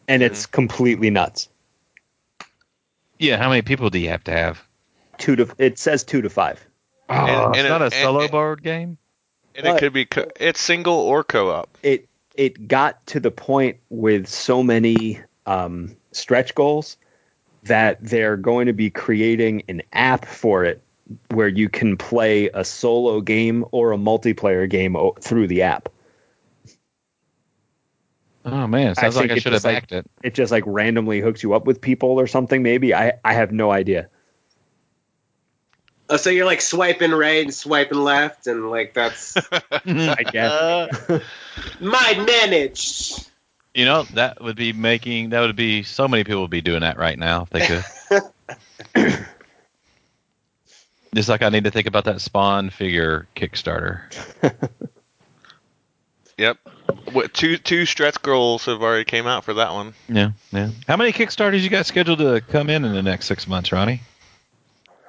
and it's completely nuts. Yeah, how many people do you have to have? Two to it says two to five. Oh, And- it's and not it- a and- solo and- board game. And it could be co- it's single or co-op. It it got to the point with so many um, stretch goals that they're going to be creating an app for it where you can play a solo game or a multiplayer game o- through the app. Oh man, sounds think like I it should have just, like- backed it. It just like randomly hooks you up with people or something. Maybe I I have no idea. oh, so you're like swiping right and swiping left, and like that's I guess. mind managed. You know, that would be making that would be so many people would be doing that right now if they could. Just like I need to think about that Spawn figure Kickstarter. Yep. What two two stretch goals have already came out for that one. Yeah, yeah. How many Kickstarters you got scheduled to come in in the next six months, Ronnie?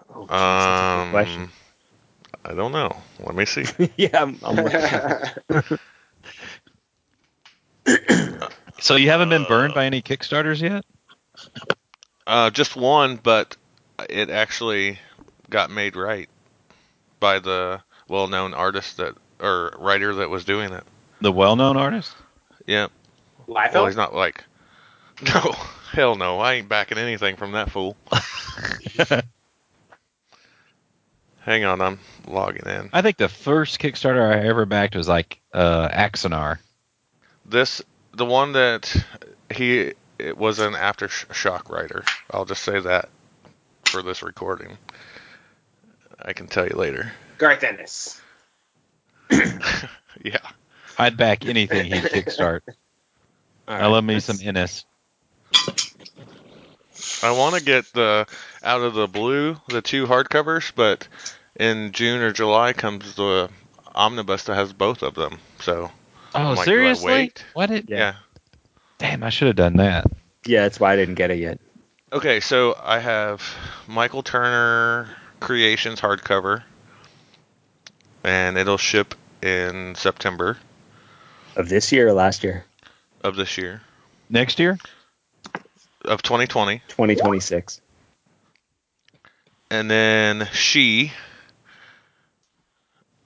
Oh, geez, that's a good question. Um, I don't know. Let me see. yeah, I'm, I'm looking. So you haven't been burned by any Kickstarters yet? Uh, just one, but it actually got made right by the well-known artist that or writer that was doing it. The well-known artist. Yeah. Liefeld? Well, he's not like. No, hell no. I ain't backing anything from that fool. Hang on, I'm logging in. I think the first Kickstarter I ever backed was like uh, Axonar. This, the one that he it was an aftershock writer. I'll just say that for this recording. I can tell you later. Garth Ennis. Yeah. I'd back anything he'd kickstart. I love me some Ennis. I want to get the out of the blue the two hardcovers, but in June or July comes the omnibus that has both of them. So Like, Oh, do I seriously? wait? What did? yeah. Damn, I should have done that. Yeah, that's why I didn't get it yet. Okay, so I have Michael Turner Creations hardcover, and it'll ship in September Of this year or last year? of this year Next year? of 2020, 2026. and then She,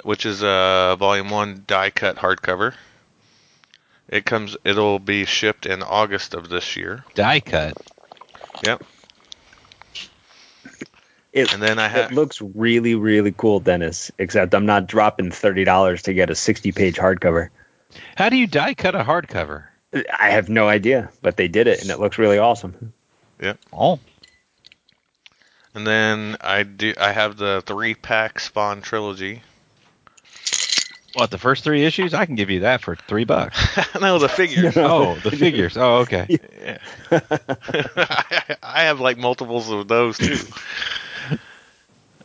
which is a volume one die cut hardcover. It comes. It'll be shipped in August of this year. Die cut. Yep. It, And then I it have. looks really, really cool, Dennis, except I'm not dropping $30 to get a 60 page hardcover. How do you die cut a hardcover? I have no idea, but they did it and it looks really awesome. Oh, And then I do. I have the three pack Spawn trilogy. what the first three issues? I can give you that for three bucks. no, the figures. oh, the figures. Oh, okay. Yeah. I I have like multiples of those too.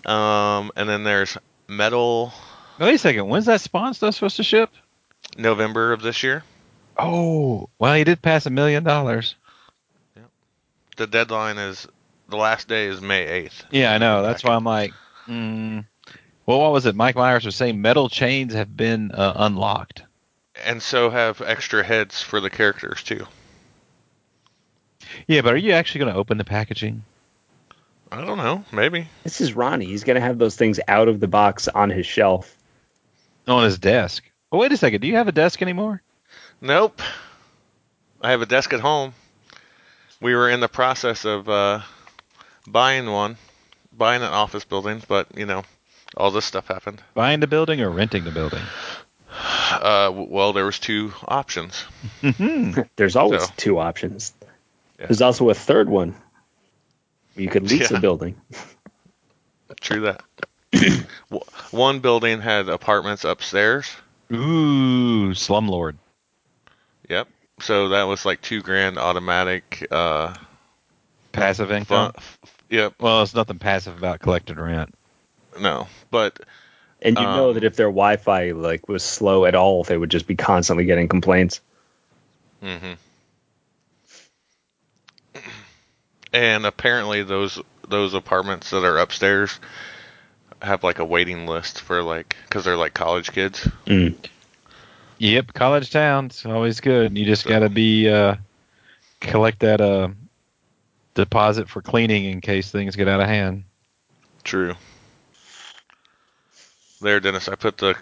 um, and then there's metal Wait a second. When's that spawn stuff supposed to ship? November of this year. Oh, well, he did pass a million dollars. The deadline is the last day is May 8th. Yeah, I know. That's why I'm like, mm. well, what was it? Mike Myers was saying metal chains have been uh, unlocked. And so have extra heads for the characters too. Yeah, but are you actually going to open the packaging? I don't know, maybe. This is Ronnie. He's going to have those things out of the box on his shelf. On his desk. Oh, wait a second. Do you have a desk anymore? Nope. I have a desk at home. We were in the process of uh, buying one, buying an office building, but you know, all this stuff happened. Buying the building or renting the building? Uh, w- well, there was two options. There's always So- two options. Yeah. There's also a third one. You could lease Yeah. a building. True that. W- One building had apartments upstairs. Ooh, slumlord. Yep. So that was like two grand automatic. Uh, Passive fun- income. f- yep. Well, there's nothing passive about collected rent. No, but And you know Um, that if their Wi-Fi like was slow at all, they would just be constantly getting complaints. hmm And apparently those those apartments that are upstairs have like a waiting list for like because they're like college kids. Yep, college town's always good. You just got to be uh, collect that uh, deposit for cleaning in case things get out of hand. True. There, Dennis. I put the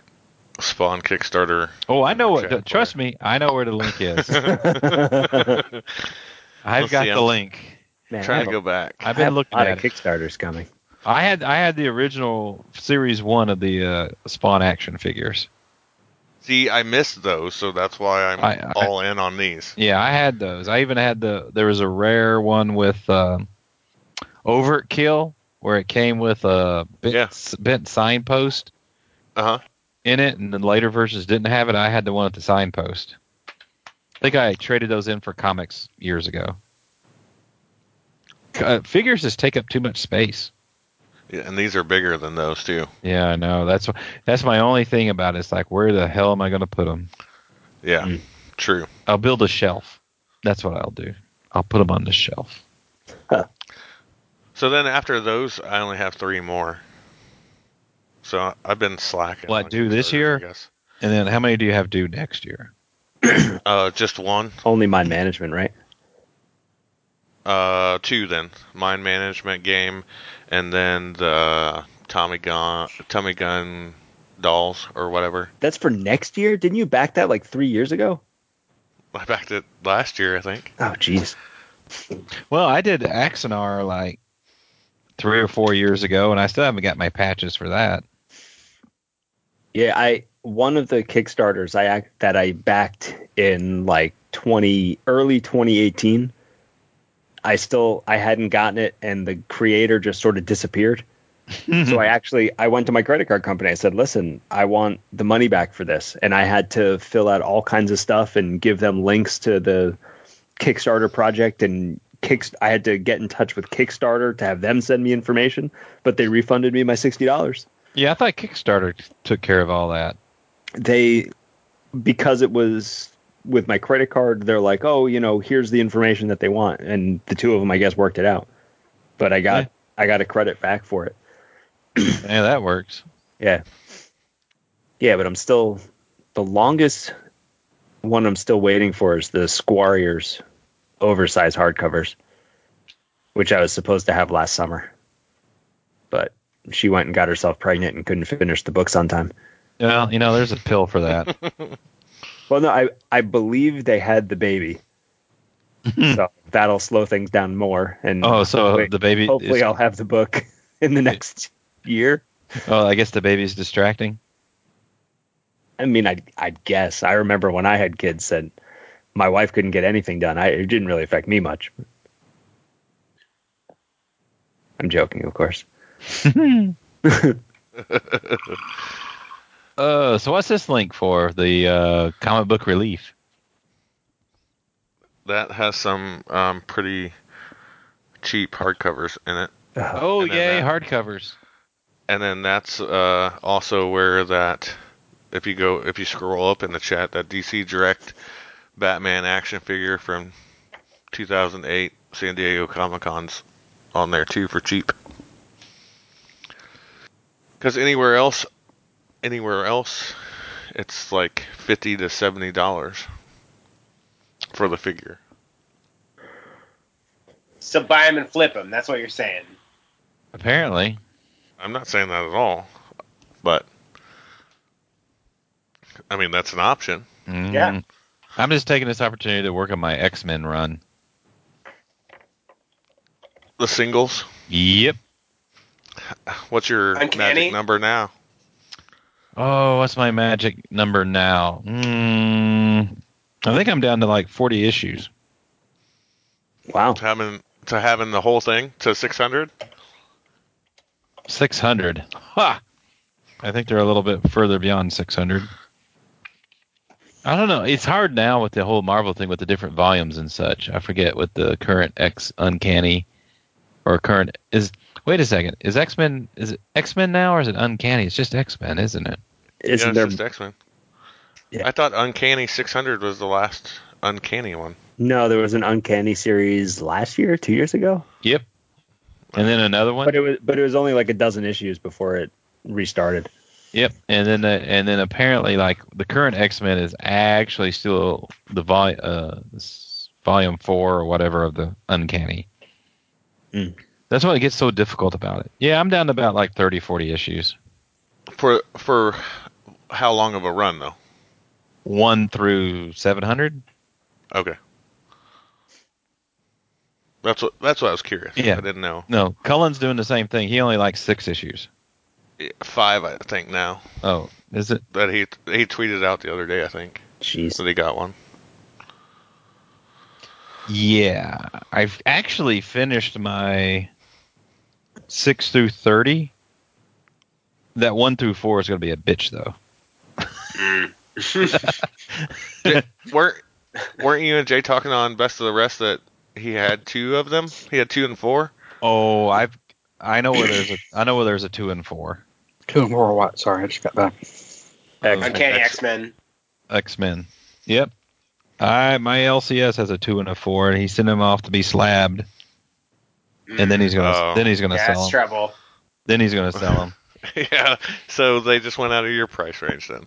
Spawn Kickstarter. Oh, I know what. Chat Trust me, I know where the link is. I've Let's got see, the I'm- link. Man, I Trying have to a- go back. I've I been have looking a lot at of it. Kickstarters coming. I had I had the original series one of the uh, Spawn action figures. See, I missed those, so that's why I'm I- I- all in on these. Yeah, I had those. I even had the there was a rare one with um, overt kill where it came with a bent, Yeah. s- bent signpost Uh Uh-huh. huh. in it, and the later versions didn't have it. I had the one with the signpost. I think I traded those in for comics years ago. Uh, figures just take up too much space. Yeah, and these are bigger than those too. Yeah, I know. That's wh- that's my only thing about it. It's like, where the hell am I going to put them? Yeah, Hmm. true. I'll build a shelf. That's what I'll do. I'll put them on the shelf. So then after those, I only have three more. So I- I've been slacking. What, on due this Kickstarters, year? I guess. And then, how many do you have due next year? Uh, just one. Only mine management, right? Uh, two then. Mind management game, and then the Tommy Gun, Tommy Gun dolls or whatever. That's for next year. Didn't you back that like three years ago? I backed it last year, I think. Oh, jeez. Well, I did Axonar like three or four years ago, and I still haven't got my patches for that. Yeah, I one of the kickstarters I ac- that I backed in like 20 early 2018. I still I hadn't gotten it and the creator just sort of disappeared. Mm-hmm. so I actually I went to my credit card company. I said, "Listen, I want the money back for this." And I had to fill out all kinds of stuff and give them links to the Kickstarter project and kicks I had to get in touch with Kickstarter to have them send me information, but they refunded me my $60. Yeah, I thought Kickstarter took care of all that. they because it was with my credit card they're like oh you know here's the information that they want and the two of them i guess worked it out but i got Yeah. i got a credit back for it Yeah, that works. yeah yeah but i'm still the longest one i'm still waiting for is the squarriers oversized hardcovers which i was supposed to have last summer but she went and got herself pregnant and couldn't finish the books on time Well, you know, there's a pill for that. Well, no, I I believe they had the baby, so that'll slow things down more. And Hmm. Oh, so hopefully- the baby. Hopefully, is, I'll have the book in the next year. oh, I guess the baby's distracting. I mean, I I guess I remember when I had kids and my wife couldn't get anything done. I it didn't really affect me much. I'm joking, of course. Uh, so what's this link for the uh, comic book relief? That has some um, pretty cheap hardcovers in it. Oh, And then yay, that- hardcovers. And then that's uh, also where that, if you go, if you scroll up in the chat, that DC Direct Batman action figure from 2008 San Diego Comic Con's on there too for cheap. Because anywhere else, anywhere else, it's like 50 to 70 dollars for the figure. So buy them and flip them. That's what you're saying. Apparently. I'm not saying that at all, but I mean that's an option. Mm. Yeah. I'm just taking this opportunity to work on my X Men run. The singles. Yep. What's your Uncanny? magic number now? Oh, what's my magic number now? Mm, I think I'm down to like 40 issues. Wow, To having to having the whole thing to 600. 600. Ha! I think they're a little bit further beyond 600. I don't know. It's hard now with the whole Marvel thing with the different volumes and such. I forget what the current X Uncanny or current is. Wait a second. Is X Men is it X Men now or is it Uncanny? It's just X Men, isn't it? isn't yeah, there it's just X-Men. Yeah. I thought Uncanny 600 was the last Uncanny one. no? There was an Uncanny series last year, two years ago, Yep. And then another one. but it was but it was only like a dozen issues before it restarted. Yep, and then the, and then apparently like the current X Men is actually still the vol uh, s- volume four or whatever of the Uncanny. Mm. That's what it gets so difficult about it. Yeah, I'm down to about like 30, 40 issues, For for how long of a run though? one through seven hundred. Okay. That's what that's what I was curious. Yeah. I didn't know. No, Cullen's doing the same thing. He only likes six issues. Five, I think now Oh, is it? that he he tweeted out the other day. I think Jeez. that he got one. Yeah, I've actually finished my six through thirty. That one through four is going to be a bitch though. weren't weren't you and Jay talking on best of the rest that he had two of them? He had two and four. Oh, I've I know where there's a I know where there's a two and four Two and four or what? Sorry, I just got back. Uncanny X Men. X Men. Yep. I my LCS has a two and a four, and he's sending them off to be slabbed, and then he's gonna Oh. then he's gonna yeah, sell that's 'em. trouble. Then he's gonna sell them. yeah. So they just went out of your price range then.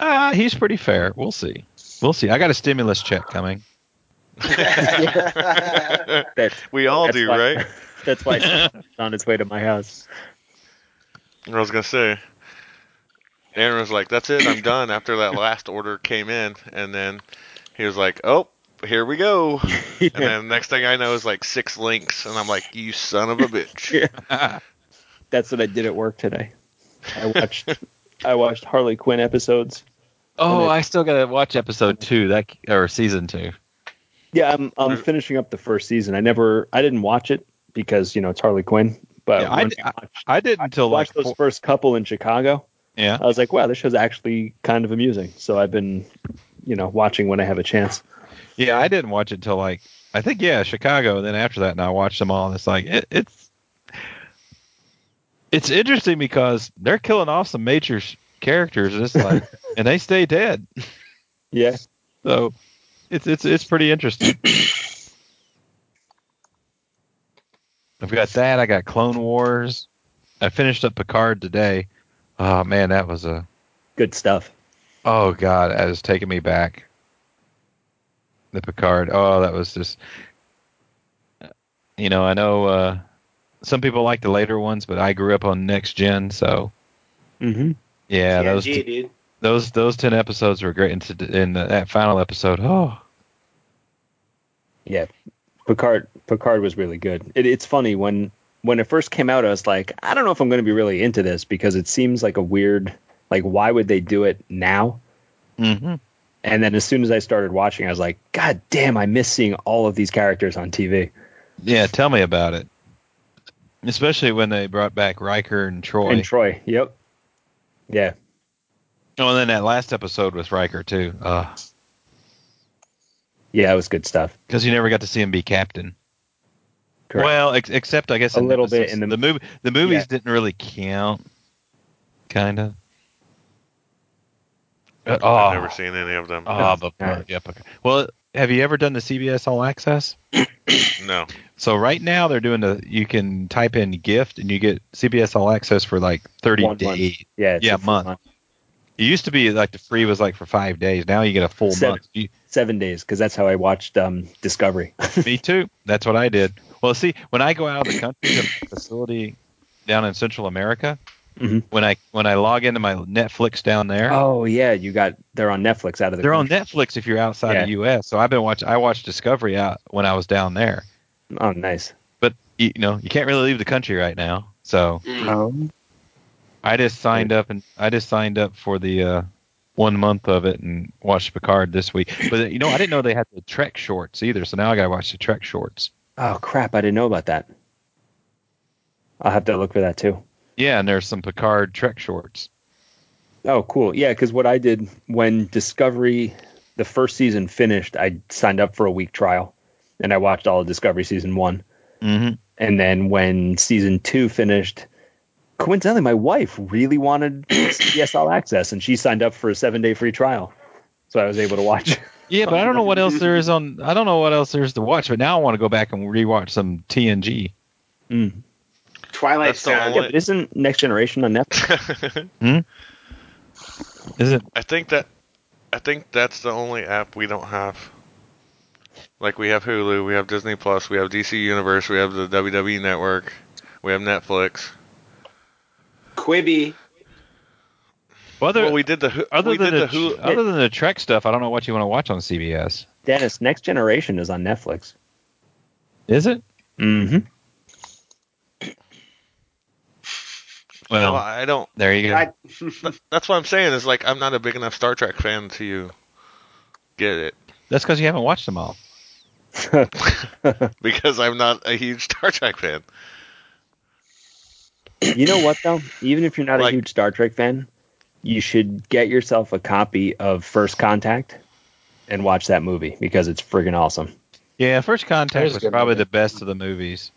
Ah, he's pretty fair. We'll see. We'll see. I got a stimulus check coming. That's, we all That's do, why- right? that's why it's on its way to my house. I was gonna say. Aaron was like, "That's it, I'm done." After that last order came in, and then he was like, "Oh, here we go." And then next thing I know is like six links, and I'm like, "You son of a bitch!" That's what I did at work today. I watched I watched Harley Quinn episodes. Oh, And it- I still gotta watch episode two, that or season two. Yeah, I'm I'm finishing up the first season. I never I didn't watch it because you know it's Harley Quinn. But Yeah, I- when I, watched, I did until like watched those four- first couple in Chicago. yeah. I was like, wow, this show's actually kind of amusing. So I've been, you know, watching when I have a chance. Yeah, I didn't watch it till like I think yeah Chicago. And then after that, and I watched them all, and it's like it, it's it's interesting because they're killing off some major sh- characters, and it's like and they stay dead. Yeah, So it's it's it's pretty interesting. I've got that. I got Clone Wars. I finished up Picard today. Oh man, that was a good stuff. Oh God, that was taking me back. The Picard. Oh, that was just. You know, I know uh, some people like the later ones, but I grew up on next gen, so Mm-hmm. yeah, those TNG, dude. those those ten episodes were great. And, to, and that final episode, oh Yeah, Picard. Picard was really good. It, it's funny when when it first came out, I was like, I don't know if I'm going to be really into this because it seems like a weird. Like, why would they do it now? mm-hmm. And then as soon as I started watching, I was like, God damn, I miss seeing all of these characters on TV. yeah, tell me about it. Especially when they brought back Riker and Troy. And Troy, yep, yeah, oh, and then that last episode with Riker too, because yeah, it was good stuff. you never got to see him be captain. Correct. Well, ex- except I guess A in little episodes- bit in the- the movie. The movies Yeah. didn't really count, kind of. But oh, I've never seen any of them. oh, but Yeah. yeah, but- Well, have you ever done the CBS All Access? No, So right now they're doing the. You can type in gift and you get CBS All Access for like thirty One month. days. yeah, it's yeah, a full month. It used to be like the free was like for five days. Now you get a full Seven. month. You- seven days because that's how I watched um, Discovery. Me too. That's what I did. Well, see, when I go out of the country to my facility down in Central America, Mhm. when I when I log into my Netflix down there, oh yeah, you got they're on Netflix out of the they're on country. Netflix if you're outside Yeah. the U.S. So I've been watching. I watched Discovery out when I was down there, Oh nice. but you, you know you can't really leave the country right now. So Oh. I just signed up and I just signed up for the uh, one month of it and watched Picard this week. But you know I didn't know they had the Trek shorts either. So now I got to watch the Trek shorts. Oh crap! I didn't know about that. I'll have to look for that too. Yeah, and there's some Picard Trek shorts. Oh, cool. Yeah, because what I did when Discovery, the first season finished, I signed up for a week trial, and I watched all of Discovery season one. Mm-hmm. And then when season two finished, coincidentally, my wife really wanted CBS All Access, and she signed up for a seven day free trial, so I was able to watch. Yeah, but I don't know what else there is on. I don't know what else there is to watch. But now I want to go back and rewatch some TNG. Mm. Twilight That's the Yeah, Zone. only- but isn't Next Generation on Netflix? Is it? I think that I think that's the only app we don't have. Like we have Hulu, we have Disney Plus, we have DC Universe, we have the WWE Network, we have Netflix. Quibi. Other, well, we did the Hu- other we than did the, the Hulu. other than the Trek stuff, I don't know what you want to watch on CBS. Dennis, Next Generation is on Netflix. Is it? Mm-hmm. Well, I don't. there you go. I- That's what I'm saying. Is like I'm not a big enough Star Trek fan to get it That's because you haven't watched them all. because I'm not a huge Star Trek fan. You know what though? Even if you're not Like- a huge Star Trek fan, you should get yourself a copy of First Contact and watch that movie because it's friggin' awesome. Yeah, First Contact There's a was good probably movie. the best of the movies.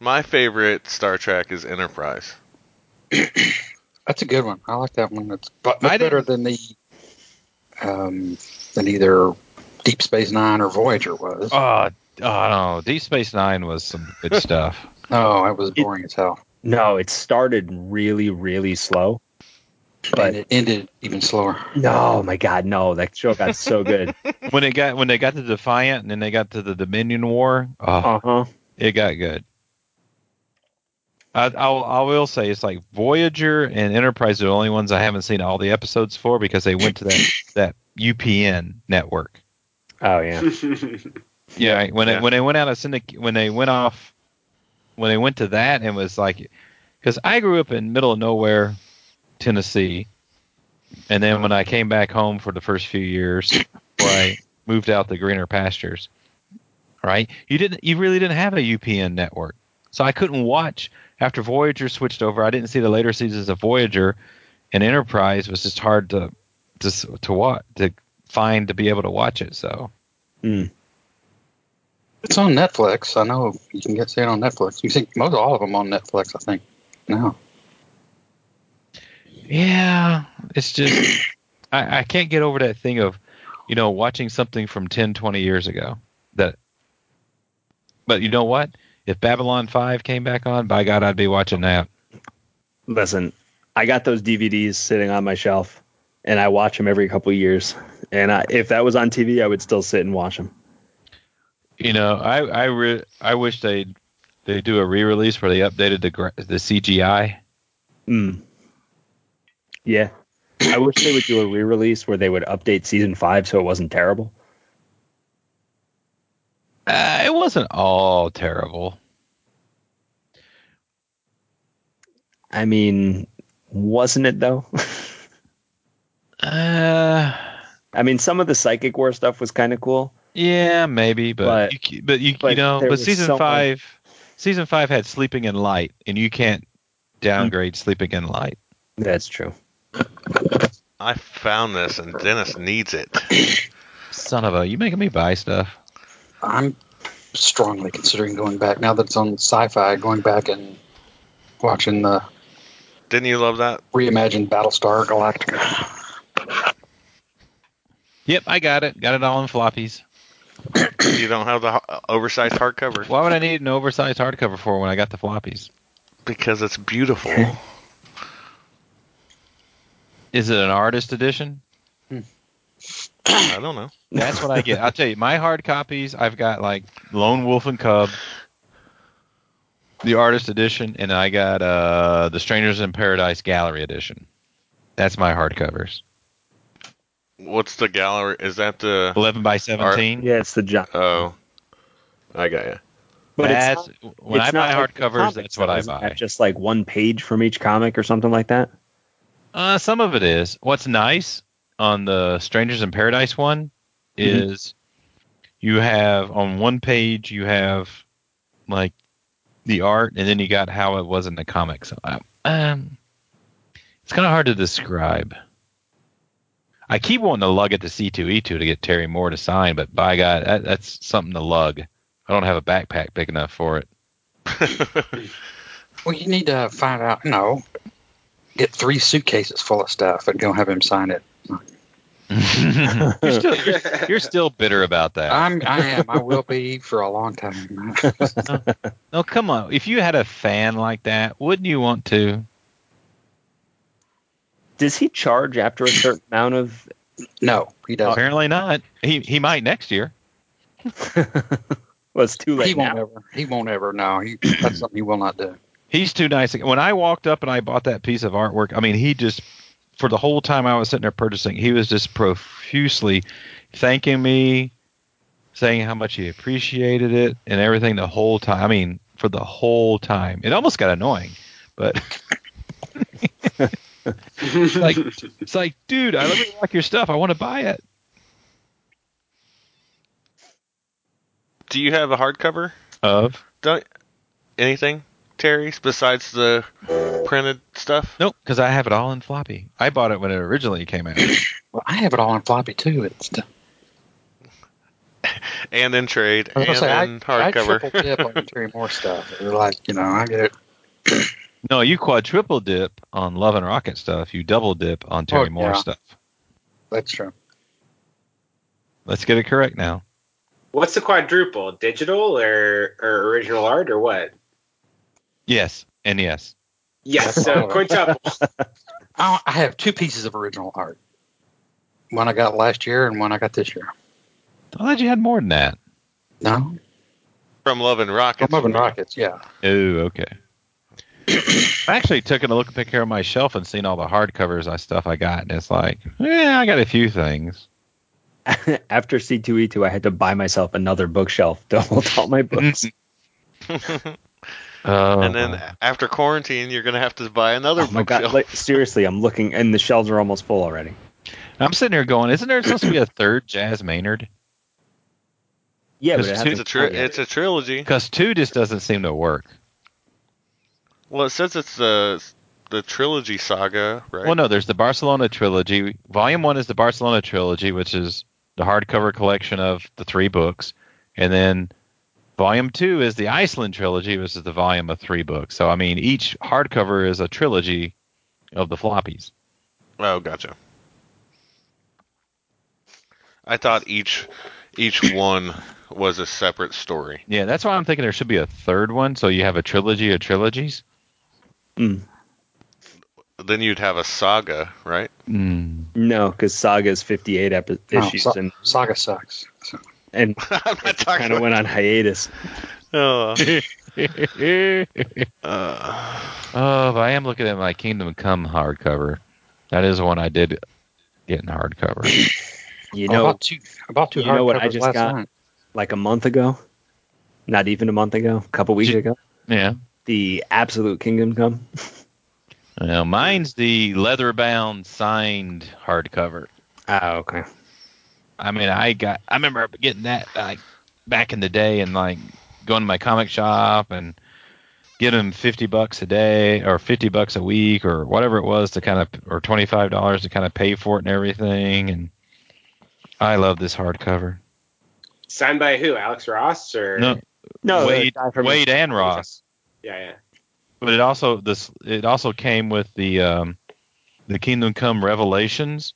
My favorite Star Trek is Enterprise. That's a good one. I like that one. It's bu- I much didn't- better than the um, than either Deep Space Nine or Voyager was. Oh, oh no, Deep Space Nine was some good stuff. no, it was Oh, boring as hell. No, it started really, really slow. and it ended even slower. No, my God, no! That show got so good. When it got when they got to Defiant and then they got to the Dominion War, oh, uh huh. it got good. I, I'll, I will say it's like Voyager and Enterprise are the only ones I haven't seen all the episodes for because they went to that that UPN network. Oh yeah. Yeah, right. when Yeah. They, when they went out of syndic when they went off, when they went to that and was like, because I grew up in middle of nowhere, Tennessee, and then when I came back home for the first few years, before I moved out to greener pastures, right? You didn't, you really didn't have a UPN network, so I couldn't watch after Voyager switched over. I didn't see the later seasons of Voyager, and Enterprise was just hard to just to watch to find to be able to watch it. So It's on Netflix. I know you can get see it on Netflix. You see most all of them on Netflix, I think. No, Yeah, it's just I, I can't get over that thing of you know watching something from 10, 20 years ago. That, but you know what? If Babylon Five came back on, by God, I'd be watching that. Listen, I got those DVDs sitting on my shelf, and I watch them every couple of years. And I, if that was on TV, I would still sit and watch them. You know, I I re- I wish they they do a re-release where they updated the gra- the CGI. Mm. Yeah. I wish they would do a re-release where they would update season five so it wasn't terrible. Uh, it wasn't all terrible. I mean, wasn't it though? Uh, I mean, some of the psychic war stuff was kind of cool. yeah, maybe, but But- you, c- but you you but know, there but was season so much- five, season five had Sleeping in Light, and you can't downgrade Sleeping in Light. That's true. I found this and Dennis needs it. Son of a, you making me buy stuff? I'm strongly considering going back now that it's on Sci-Fi. Going back and watching the Didn't you love that? reimagined Battlestar Galactica. Yep, I got it. Got it all in floppies. You don't have the ho- oversized hardcover Why would I need an oversized hardcover for when I got the floppies? because it's beautiful. Is it an artist edition? I don't know. That's what I get. I'll tell you, my hard copies, I've got like Lone Wolf and Cub, the artist edition, and I got uh the Strangers in Paradise gallery edition. That's my hardcovers. What's the gallery? Is that the? Eleven by seventeen. Yeah, it's the jump. Oh, I got you. But it's that's not- when it's I buy not like the hardcovers. comics, That's what though. I Isn't buy. that Just like one page from each comic or something like that. Uh, some of it is. What's nice on the Strangers in Paradise one Mm-hmm. is you have on one page you have like the art, and then you got how it was in the comics. Uh, Um, it's kind of hard to describe. I keep wanting to lug it to C two E two to get Terry Moore to sign, but by God, that, that's something to lug. I don't have a backpack big enough for it. Well, you need to find out. No, get three suitcases full of stuff and go have him sign it. you're, still, you're, you're still bitter about that. I'm, I am. I will be for a long time. No, come on. If you had a fan like that, wouldn't you want to? Does he charge after a certain amount of? No, he doesn't. Apparently not. He he might next year. Well, it's too late He won't now. ever. He won't ever. No, he, that's something he will not do. He's too nice. When I walked up and I bought that piece of artwork, I mean, he just for the whole time I was sitting there purchasing, he was just profusely thanking me, saying how much he appreciated it and everything the whole time. I mean, for the whole time. It almost got annoying, but it's like it's like, dude, I really like your stuff. I want to buy it. Do you have a hardcover? Of Don't anything, Terry, besides the printed stuff? Nope, because I have it all in floppy. I bought it when it originally came out. Well, I have it all on floppy too. It's And in trade, I and was gonna in say, I, I triple hardcover. dip on Terry Moore stuff. They're like, you know, I get it. no, you quadruple dip on Love and Rocket stuff. You double dip on Terry Oh, Moore yeah. stuff. That's true. Let's get it correct now. What's the quadruple? Digital or, or original art or what? Yes and yes. Yes, so quintuple. I, I have two pieces of original art. One I got last year and one I got this year. I thought you had more than that. No, From Love and I'm Rockets. loving rockets. Yeah, Oh, okay. I actually took a look back here on my shelf and seen all the hardcovers I stuff I got, and it's like, yeah, I got a few things. After C2E2, I had to buy myself another bookshelf to hold all my books. Oh, and then after quarantine, you're gonna have to buy another oh my god! bookshelf. Like, seriously, I'm looking, and the shelves are almost full already. I'm sitting here going, isn't there supposed to be a third Jazz Maynard? Oh, Yeah, Because it's but it it's hasn't a tri- come yet. it's a trilogy. Because two just doesn't seem to work. Well, it says it's the the trilogy saga, right? Well, no, there's the Barcelona trilogy. Volume one is the Barcelona trilogy, which is the hardcover collection of the three books, and then volume two is the Iceland trilogy, which is the volume of three books. So I mean, each hardcover is a trilogy of the floppies. Oh, gotcha. I thought each each one was a separate story. Yeah, that's why I'm thinking there should be a third one. So you have a trilogy of trilogies. Then you'd have a saga, right? Mm. No, because Saga is 58 epi- Oh, No, issues, Sa- and Saga sucks. So, and I'm not kind of went on hiatus. Oh. Eh. Uh, Oh, but I am looking at my Kingdom Come hardcover. That is one I did get in hardcover. Uh-huh. You I know, bought two. I bought two you know what I hardcovers just last got? night. like a month ago, not even a month ago, a couple weeks Ju- ago, yeah. the Absolute Kingdom Come. Well, mine's the leather bound signed hardcover. Oh, okay. I mean, I got I remember getting that like back in the day and like going to my comic shop and get them 50 bucks a day or 50 bucks a week or whatever it was to kind of or $25 to kind of pay for it and everything and I love this hardcover. Signed by who? Alex Ross or No, No, Wade, the guy from- Wade and Ross. yeah, yeah. But it also this it also came with the um the Kingdom Come Revelations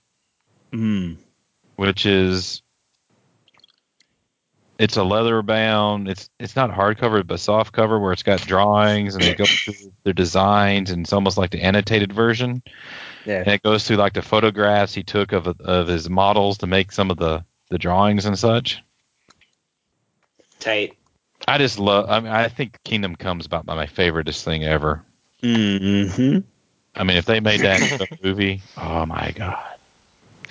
Mm. which is it's a leather bound it's it's not hardcover but soft cover where it's got drawings and they go through their designs and it's almost like the annotated version Yeah. and it goes through like the photographs he took of of his models to make some of the the drawings and such Tight. i just love i mean i think kingdom comes about my, my favoriteest thing ever Mm-hmm. i mean if they made that into a movie oh my god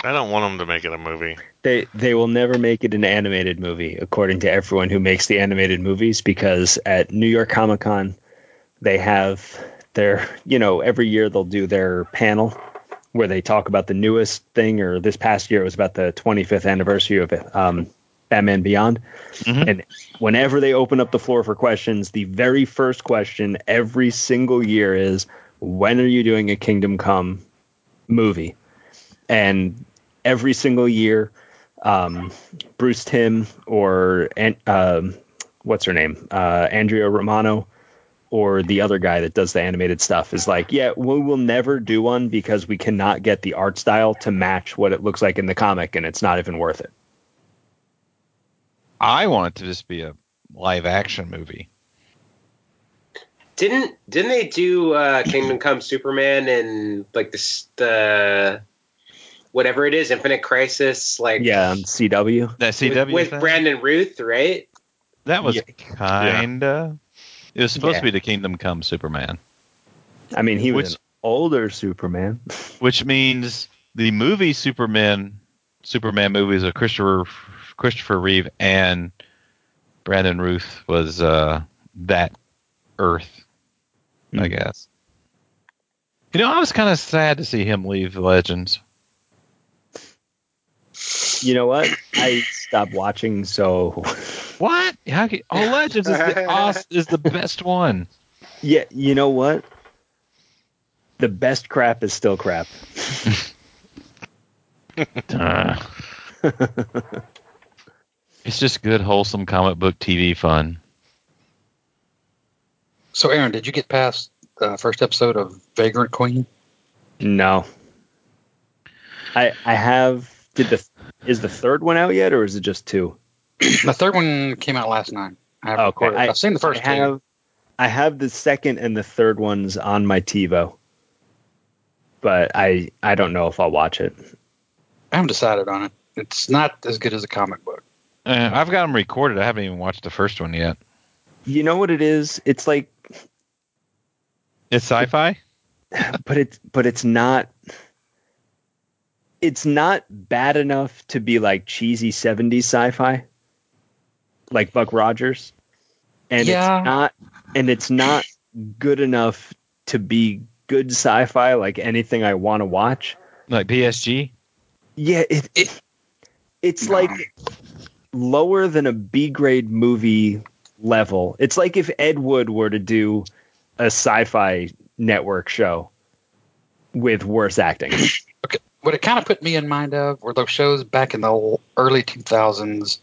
I don't want them to make it a movie. They they will never make it an animated movie, according to everyone who makes the animated movies, because at New York Comic Con they have their you know, every year they'll do their panel where they talk about the newest thing or this past year it was about the 25th anniversary of um, Batman Beyond. And whenever they open up the floor for questions, the very first question every single year is when are you doing a Kingdom Come movie? And every single year, um, Bruce Tim or An- um, what's her name, uh, Andrea Romano, or the other guy that does the animated stuff is like, yeah, we will never do one because we cannot get the art style to match what it looks like in the comic, and it's not even worth it. i want it to just be a live action movie Didn't didn't they do uh, Kingdom Come Superman and like this the whatever it is Infinite Crisis like Yeah, um, on CW. that with, cw with thing? Brandon Ruth right That was Yeah. kinda. It was supposed Yeah. to be the Kingdom Come Superman, I mean, he was Which- an older Superman. which means the movie Superman, Superman movies of Christopher Christopher Reeve and Brandon Ruth was uh, that Earth, Hmm. I guess. You know, I was kind of sad to see him leave Legends. You know what? I stopped watching, so What? How can, oh, Legends is the awes- is the best one. yeah. You know what? The best crap is still crap. Uh. it's just good, wholesome comic book TV fun. So, Aaron, did you get past the first episode of Vagrant Queen? No. I I have did the is the third one out yet or is it just two? The third one came out last night. I haven't Oh, Okay, recorded. I- I've seen the first I two. have I have the second and the third ones on my TiVo. but I I don't know if I'll watch it. I haven't decided on it. It's not as good as a comic book. Uh, I've got them recorded. I haven't even watched the first one yet. You know what it is? It's like It's sci-fi. but it's but it's not it's not bad enough to be like cheesy 70s sci-fi like Buck Rogers and Yeah. it's not and it's not good enough to be good sci-fi like anything I want to watch Like PSG. yeah it, it it's like lower than a B grade movie level it's like if Ed Wood were to do a sci-fi network show with worse acting Okay. What it kind of put me in mind of were those shows back in the l- early 2000s,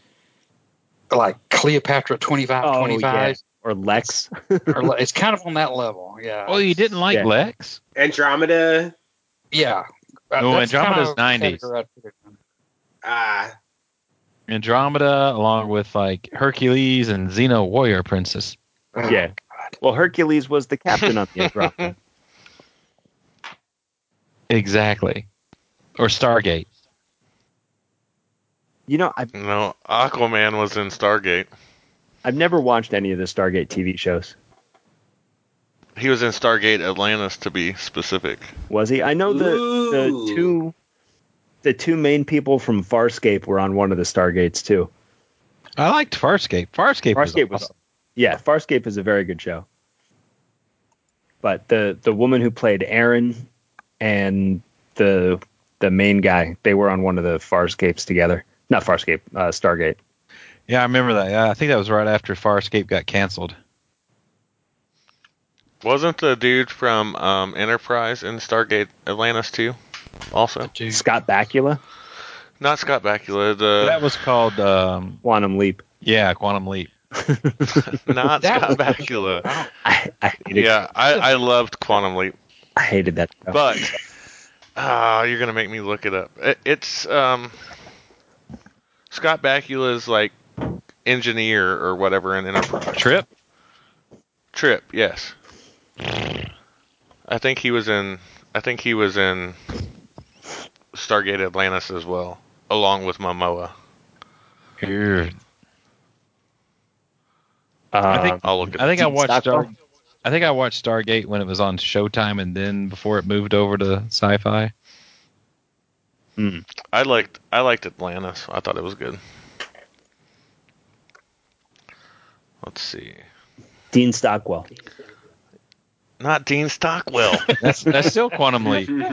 like Cleopatra 25, Oh, 25. or Lex. Or, li- it's kind of on that level. Yeah. Oh, you didn't like Yeah. Lex? Andromeda. Yeah. Uh, Oh, No, that's kinda Andromeda's the 90s. category I'd put it in. Ah, Andromeda, along with like Hercules and Xena Warrior Princess. Oh, Yeah. God. Well, Hercules was the captain on the Andromeda. Exactly. Or Stargate. you know, I've, No, Aquaman was in Stargate. I've never watched any of the Stargate TV shows. He was in Stargate Atlantis to be specific. Was he? I know the Ooh. the two the two main people from Farscape were on one of the Stargates too. I liked Farscape. Farscape, Farscape was was, awesome. yeah, Farscape is a very good show. But the the woman who played Aaron and the the main guy, they were on one of the Farscapes together. Not Farscape, uh, Stargate. Yeah, I remember that. Yeah, I think that was right after Farscape got canceled. Wasn't the dude from um, Enterprise in Stargate Atlantis too? Also, Dude. Scott Bakula, not Scott Bakula. that The was called, um, Quantum Leap. yeah, Quantum Leap. not That Scott Bakula. I, I hate it. Yeah, I, I loved Quantum Leap, I hated that. show. but ah, you're gonna make me look it up. It, it's um, Scott Bakula's like engineer or whatever in Enterprise. Trip? Trip, yes. I think he was in. I think he was in Stargate Atlantis as well, along with Momoa. Ew. I think- uh, I'll look at. I think I Deep watched Stockwell? Star. I think I watched Stargate when it was on Showtime, and then before it moved over to Sci-Fi. I liked. I liked Atlantis. I thought it was good. Let's see. Dean Stockwell. Not Dean Stockwell. That's that's still Quantum Leap yeah,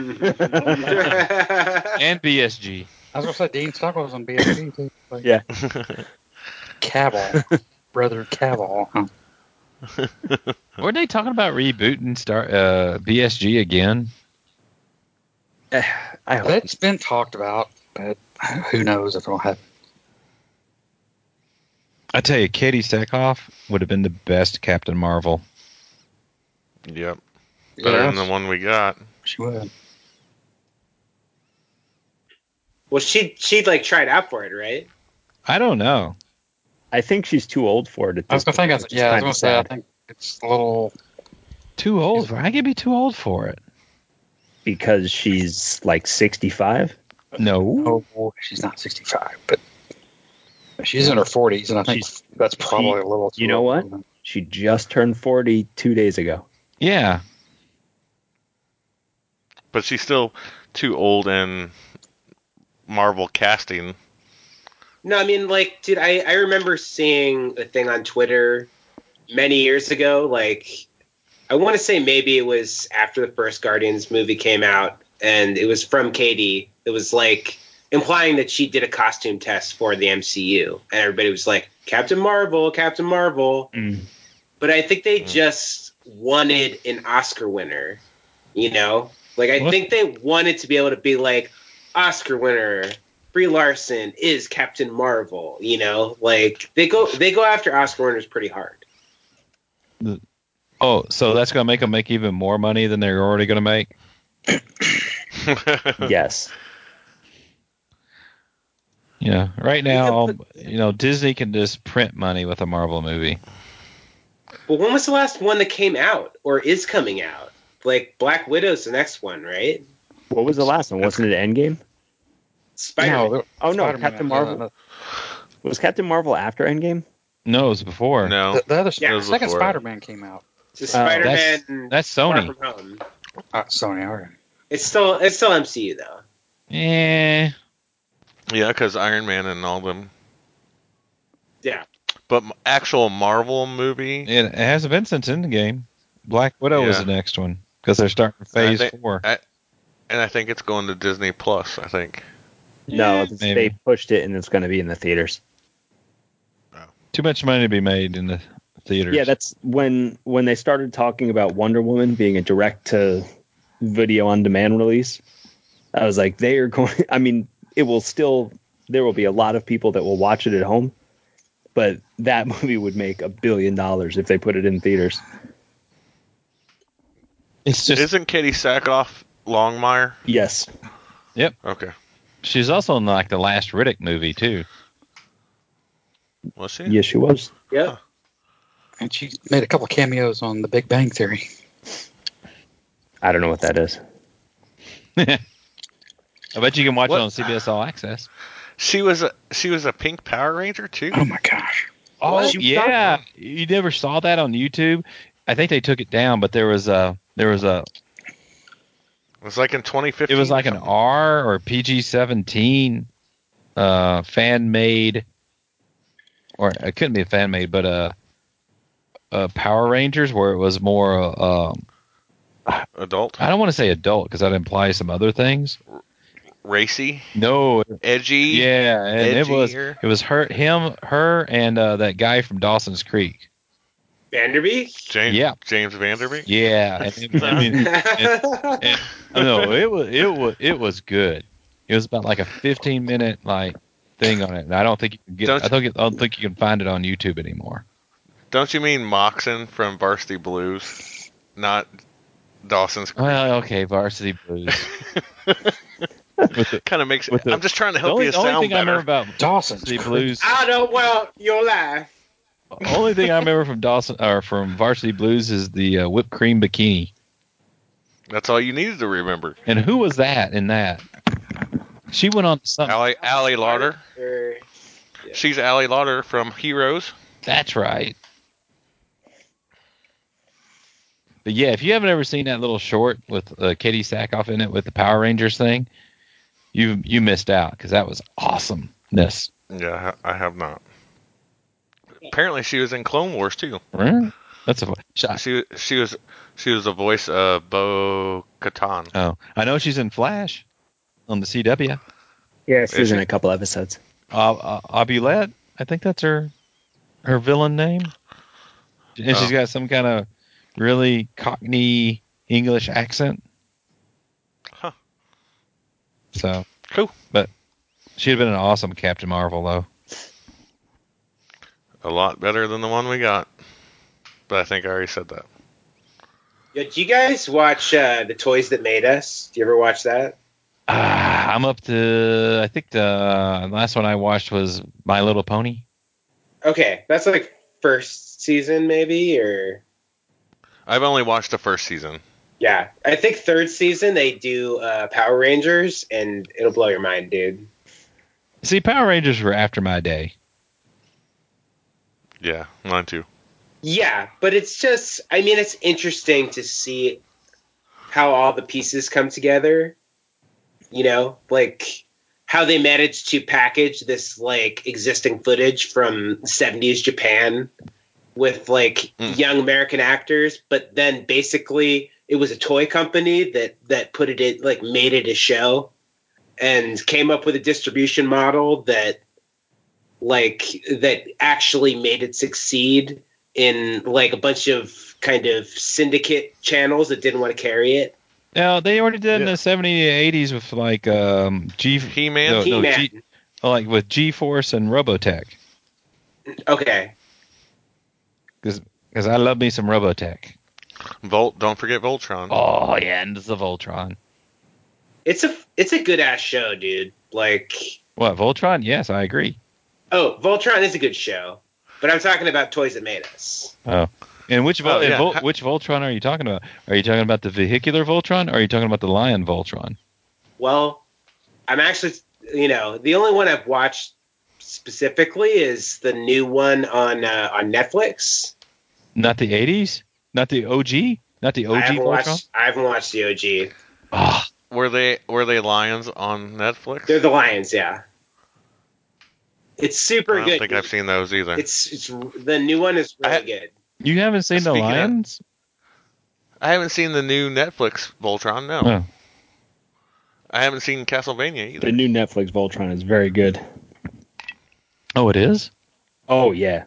and BSG. I was going to say Dean Stockwell was on BSG too. Like, Yeah. Cavill. Brother Cavill. huh? Weren't they talking about rebooting Star uh, BSG again? I hope. That's been talked about, but who knows if it'll happen. I tell you, Katie Sackhoff would have been the best Captain Marvel. yep. Better than the one we got. She would. well, she she like tried out for it, right? I don't know. I think she's too old for it. At I was this going to think, I point, which is yeah, I was kinda going to say, I sad. think it's a little. Too old for. I could be too old for it. because she's like 65. No. Oh, she's not 65, but she's in her 40s, and I think She's- that's probably a little. you know what? old. She just turned 40 two days ago. Yeah. But she's still too old in Marvel casting. No, I mean, like, dude, I, I remember seeing a thing on Twitter many years ago. Like, I want to say maybe it was after the first Guardians movie came out, and it was from Katie. It was like implying that she did a costume test for the MCU, and everybody was like, Captain Marvel, Captain Marvel. Mm-hmm. But I think Hmm. they just wanted an Oscar winner, you know? Like, I What? think they wanted to be able to be like, Oscar winner, Brie Larson is Captain Marvel. You know, like they go they go after Oscar winners pretty hard. Oh, so that's going to make them make even more money than they're already going to make. yes. Yeah. Right now, you know, Disney can just print money with a Marvel movie. But when was the last one that came out or is coming out? Like Black Widow's the next one, right? What was the last one? Wasn't it Endgame? Spider. No, there- Oh no, Spider-Man, Captain Marvel. no, Was Captain Marvel after Endgame? No, it was before. no. No, The, the other Yeah, it the Oh, was second before. Spider Man came out. It's a Spider-Man. uh, That's Far Sony. From home. Uh, Sony, all right. It's still it's still MCU though. Eh. Yeah, because Iron Man and all them. Yeah. But m- actual Marvel movie, It, it hasn't been since Endgame. Black Widow was Yeah. the next one because they're starting phase think- four. and I think it's going to Disney Plus. I think. No, it's- maybe. they pushed it, and it's going to be in the theaters. Too much money to be made in the theaters. Yeah, that's when when they started talking about Wonder Woman being a direct to video on demand release. I was like, they are going. I mean, it will still there will be a lot of people that will watch it at home, but that movie would make a billion dollars if they put it in theaters. it's just Isn't Katie Sackhoff Longmire? Yes, Okay. she's also in like the last Riddick movie too. Was she? yes, she was. Yep. And she made a couple cameos on The Big Bang Theory. I don't know what that is. I bet you can watch What? it on CBS All Access. She was a she was a pink Power Ranger too. Um, Oh my gosh! Oh What? yeah, you never saw that on YouTube. I think they took it down, but there was a there was a It was like in 2015. it was like an R or PG seventeen uh, fan made, or it couldn't be a fan made, but uh, uh, Power Rangers where it was more. Uh, um, adult, I don't want to say adult because that implies some other things. racy, No, edgy. yeah, and it was edgier. it was her, him, her, and uh, that guy from Dawson's Creek. Vanderbeek. James, Yeah. James Vanderbeek. Yeah, and it- I mean, and, no, it was it was it was good. It was about like a 15 minute like thing on it, and I don't think you can get. Don't- I don't, get- I don't think you can find it on YouTube anymore. Don't you mean Moxon from Varsity Blues? Not Dawson's. Well, okay, Varsity Blues. kind of makes. with the- I'm just trying to the help only, you the only sound thing I better. remember about Dawson's Varsity Creek. Blues, I don't want your life. only thing I remember from Dawson or from Varsity Blues is the uh, whipped cream bikini. That's all you needed to remember. And who was that in that? She went on to something. Allie, Allie Lauder. Or- She's Allie Lauder from Heroes. That's right. But yeah, if you haven't ever seen that little short with uh, Katie Sackhoff in it with the Power Rangers thing, you you missed out because that was awesomeness. Yeah, I I have not. Apparently, she was in Clone Wars too. Right? That's a shot. She she was she was the voice of Bo Katan. Oh, I know she's in Flash on the CW. Yeah, she was was in in a couple episodes. Uh, uh, Abulette, I think that's her her villain name, and she's Oh. got some kind of really Cockney English accent. Huh. So Cool. But she'd have been an awesome Captain Marvel, though. A lot better than the one we got. But I think I already said that. Yeah, do you guys watch uh, the Toys That Made Us? Do you ever watch that? Ah, I'm up to. I think the last one I watched was My Little Pony. Okay, that's like first season maybe, or I've only watched the first season. yeah, I think third season they do uh, Power Rangers, and it'll blow your mind, dude. See, Power Rangers were after my day. Yeah, mine too. Yeah, but it's just, I mean, it's interesting to see how all the pieces come together. You know, like how they managed to package this like existing footage from 70s Japan with like Mm. young American actors, but then basically it was a toy company that that put it in like made it a show and came up with a distribution model that like that actually made it succeed in like a bunch of kind of syndicate channels that didn't want to carry it. Now they already did in Yeah. the 70s, 80s with like um, G, He Man. No, He-Man. G- like with G-force and Robotech. Okay. Because I love me some Robotech. Volt. Don't forget Voltron. Oh yeah, and the Voltron. It's a it's a good ass show, dude. Like What Voltron? Yes, I agree. oh, Voltron is a good show. But I'm talking about Toys That Made Us. And which Vol- Oh, yeah. and Vol- which Voltron are you talking about? Are you talking about the vehicular Voltron? Or are you talking about the lion Voltron? Well, I'm actually, you know, the only one I've watched specifically is the new one on uh, on Netflix. Not the 80s? Not the OG? Not the I OG haven't Voltron? watched. I haven't watched the OG. Ah, Were they were they lions on Netflix? They're the Lions. Yeah, it's I super don't good. think I've seen those either. It's it's the new one is really I- good. you haven't seen The Speaking of- Lions? I haven't seen the new Netflix Voltron. No, Oh. I haven't seen Castlevania either. The new Netflix Voltron is very good. Oh, it is? Oh yeah,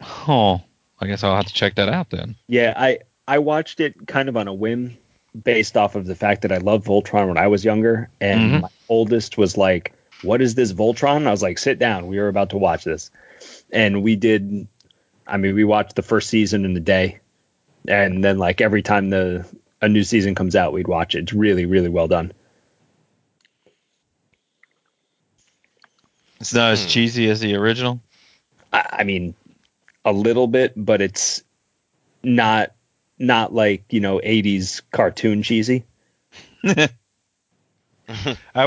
Oh, I guess I'll have to check that out then. yeah. I I watched it kind of on a whim, based off of the fact that I loved Voltron when I was younger, and Mhm. my oldest was like, "What is this Voltron?" I was like, "Sit down. We are about to watch this," and we did. I mean, we watched the first season in a day, and then like every time the a new season comes out, we'd watch it. It's really, really well done. It's not Hmm. as cheesy as the original. I, I mean, a little bit, but it's not not like you know '80s cartoon cheesy. I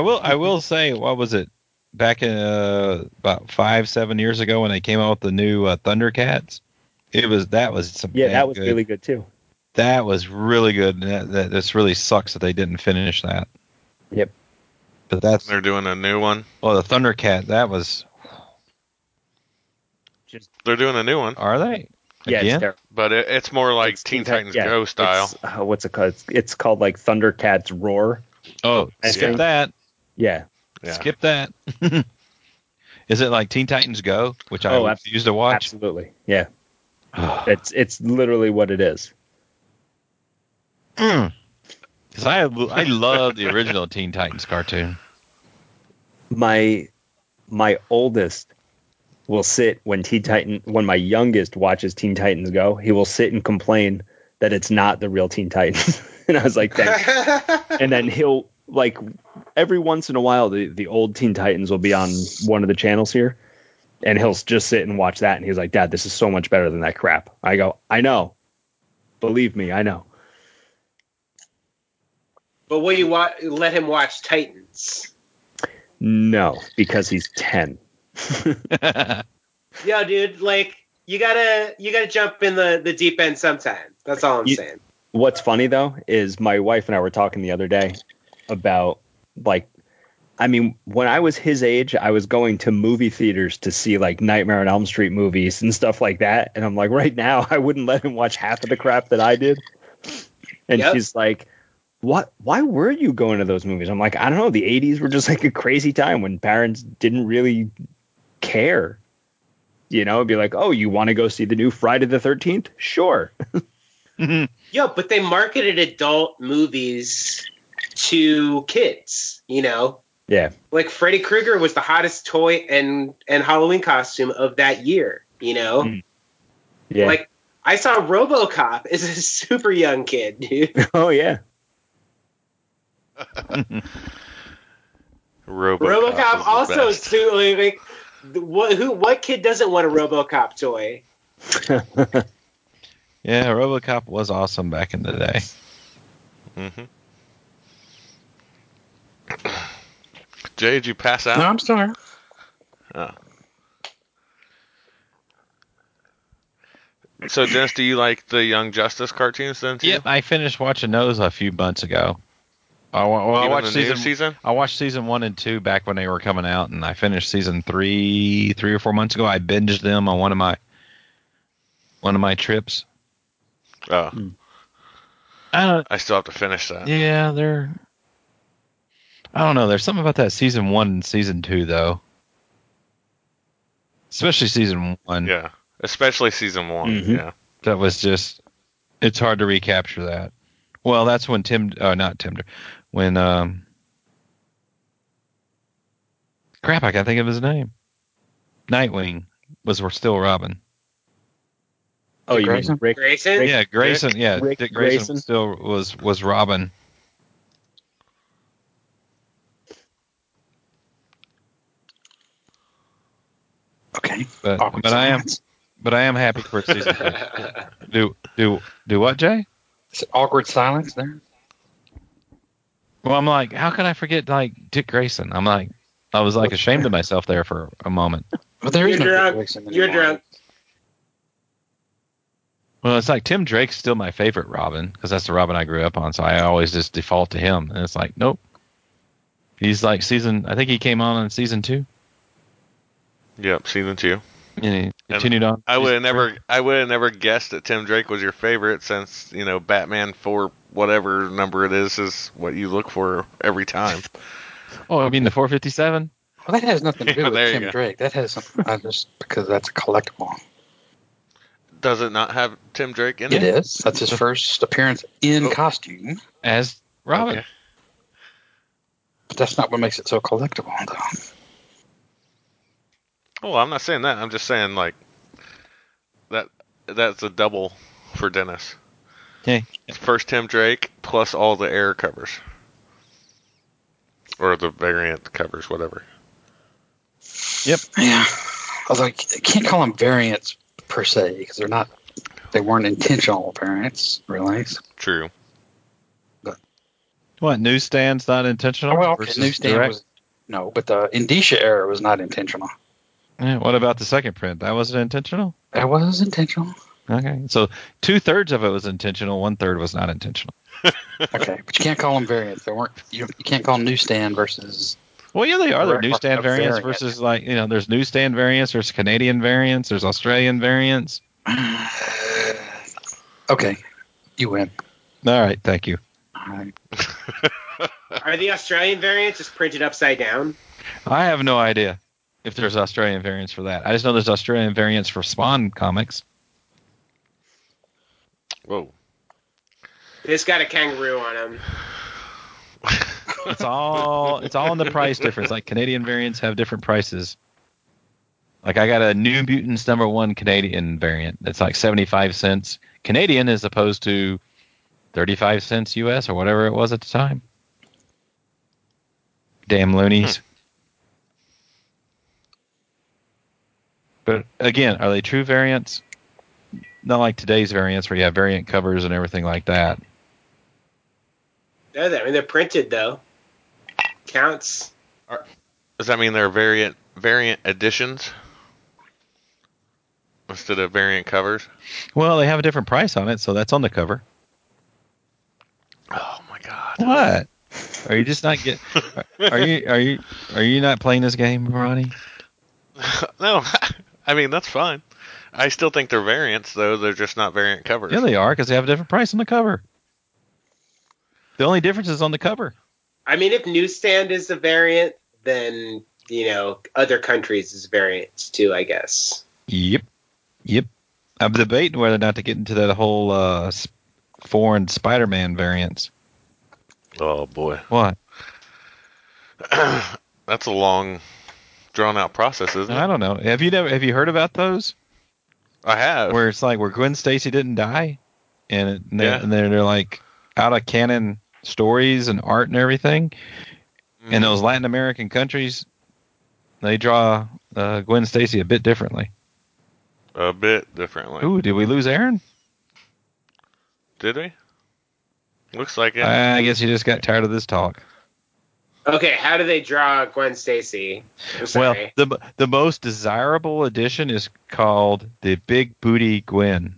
will. I will say, what was it? Back in, uh, about five, seven years ago, when they came out with the new uh, Thundercats, it was that was some Yeah, damn that was good- really good too. that was really good. And that, that this really sucks that they didn't finish that. Yep. But that's They're doing a new one. oh the Thundercat. That was They're doing a new one, are they? Yeah, it's Again? terrible. but it, it's more like It's Teen Tit- Titans yeah, Go style. It's, uh, what's it called? It's, it's called like Thundercats Roar. Oh, I skip think- that. Yeah, Yeah. Skip that. Is it like Teen Titans Go, which I Oh, refuse abs- used to watch? absolutely. Yeah, it's it's literally what it is. Because Mm. I I love the original Teen Titans cartoon. My my oldest will sit when Teen Titan when my youngest watches Teen Titans Go. He will sit and complain that it's not the real Teen Titans. and I was like, thank and then he'll like every once in a while the, the old teen titans will be on one of the channels here and he'll just sit and watch that and he's like dad this is so much better than that crap i go i know believe me i know but will you wa- let him watch Titans? no because he's 10 Yo, dude, like you gotta you gotta jump in the the deep end sometime. That's all I'm You- saying. what's funny though is my wife and i were talking the other day about like i mean when i was his age i was going to movie theaters to see like nightmare on elm street movies and stuff like that and i'm like right now i wouldn't let him watch half of the crap that i did and Yep. she's like what why were you going to those movies i'm like i don't know the 80s were just like a crazy time when parents didn't really care you know it'd be like oh you want to go see the new friday the 13th sure Yo, but they marketed adult movies to kids. You know, yeah like Freddy Krueger was the hottest toy and and Halloween costume of that year. You know, Mm. yeah like I saw RoboCop as a super young kid, dude. oh yeah RoboCop, RoboCop is the also best. super like th- what who what kid doesn't want a RoboCop toy? Yeah, RoboCop was awesome back in the day. Mhm. Mm-hmm. Jay, did you pass out? No, I'm sorry. So, Dennis, do you like the Young Justice cartoons then too? Yep, I finished watching those a few months ago. I, wa- well, I Even watched the new season, season? I watched season one and two back when they were coming out, and I finished season three three or four months ago. I binged them on one of my one of my trips. Oh, I don't. I still have to finish that. Yeah, they're. I don't know. There's something about that season one and season two though. Especially season one. Mm-hmm. Yeah, especially season one. Mhm. Yeah, that was just it's hard to recapture that well that's when tim uh, not tim when um crap i can't think of his name nightwing was we're still robin oh you mean Grayson? rick Grayson, yeah grayson yeah Rick dick grayson, Grayson. Was still was was robin Okay. but Awkward but i am silence. but i am happy for season three. do do do what jay Is it awkward silence there. Well, I'm like, how could I forget like Dick Grayson? I'm like, I was like ashamed of myself there for a moment. But there You're is no Dick drunk. Grayson You're anymore. drunk. Well, it's like Tim Drake's still my favorite Robin because that's the Robin I grew up on. So I always just default to him, and it's like, nope. He's like season. I think he came on in season two, Yep, season two. and he continued on. I would have season three. never, I would have never guessed that Tim Drake was your favorite, since you know Batman four, whatever number it is, is what you look for every time. Oh, I mean the 457. Well, that has nothing to do Yeah, with there you Tim go. Drake. That has something I just because that's a collectible. Does it not have Tim Drake in It it? is. That's his first appearance in costume. as Robin. Okay. But that's not what makes it so collectible, though. Well, Oh, I'm not saying that. I'm just saying like that. That's a double for Dennis. Okay. First Tim Drake plus all the air covers, or the variant covers, whatever. Yeah. Although you can't call them variants per se because they're not. They weren't intentional variants, really. So- True. What newsstands not intentional? Oh, well, okay, versus newsstand direct? was no, but the indicia error was not intentional. Yeah, what about the second print? That wasn't intentional. That was intentional. Okay, so two thirds of it was intentional, one third was not intentional. Okay, but you can't call them variants. They weren't. You, you can't call them newsstand versus. Well, yeah, they are. There are Correct. newsstand A variants variant. versus like you know, there's newsstand variants, there's Canadian variants, there's Australian variants. okay, you win. All right, thank you. All right. Are the Australian variants just printed upside down? I have no idea if there's Australian variants for that. I just know there's Australian variants for Spawn comics. Whoa. This got a kangaroo on him. It's all it's all in the price difference. Like Canadian variants have different prices. Like I got a New Mutants number one Canadian variant that's like seventy five cents Canadian as opposed to thirty five cents US or whatever it was at the time. Damn loonies. But again, are they true variants? Not like today's variants where you have variant covers and everything like that. No, I mean they're printed though. Counts. Does that mean there are variant variant editions instead of variant covers? Well, they have a different price on it, so that's on the cover. Oh my god. What? Are you just not get? Are you are you are you not playing this game, Ronnie? No, I mean that's fine. I still think they're variants though. They're just not variant covers. Yeah, they are because they have a different price on the cover. The only difference is on the cover. I mean, if newsstand is a variant, then you know other countries is variants too. I guess. Yep, yep. I'm debating whether or not to get into that whole uh, s- foreign Spider-Man variants. Oh boy, What? that's a long, drawn out process, isn't I it? don't know. Have you never have you heard about those I have. where it's like where Gwen Stacy didn't die, and, it, and, they're, Yeah. and they're, they're like out of canon stories and art and everything. Mm. in those Latin American countries, they draw uh, Gwen Stacy a bit differently. a bit differently. Ooh, did we lose Aaron? Did we? Looks like it. I guess he just got tired of this talk. Okay, how do they draw Gwen Stacy? I'm Well, sorry. the the most desirable edition is called the Big Booty Gwen.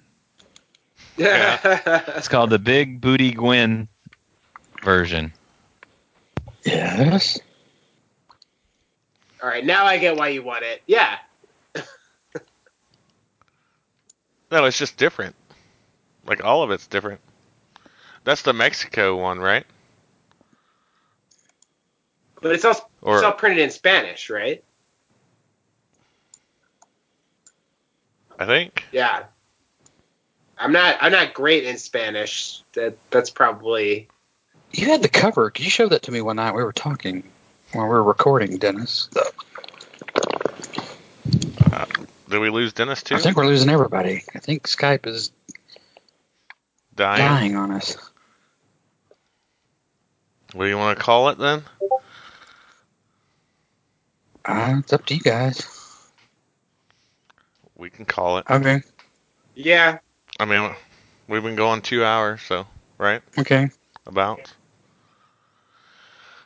It's called the Big Booty Gwen version. Yes. All right, now I get why you want it. Yeah. no, it's just different. Like all of it's different. That's the Mexico one, right? But it's all Or- it's all printed in Spanish, right? I think. Yeah. I'm not I'm not great in Spanish. That that's probably You had the cover. Could you show that to me one night? We were talking while we were recording, Dennis. Did we lose Dennis too? I think we're losing everybody. I think Skype is Dying. dying on us. What do you want to call it then? Uh, it's up to you guys. We can call it. Okay. Yeah. I mean, we've been going two hours, so right Okay. about.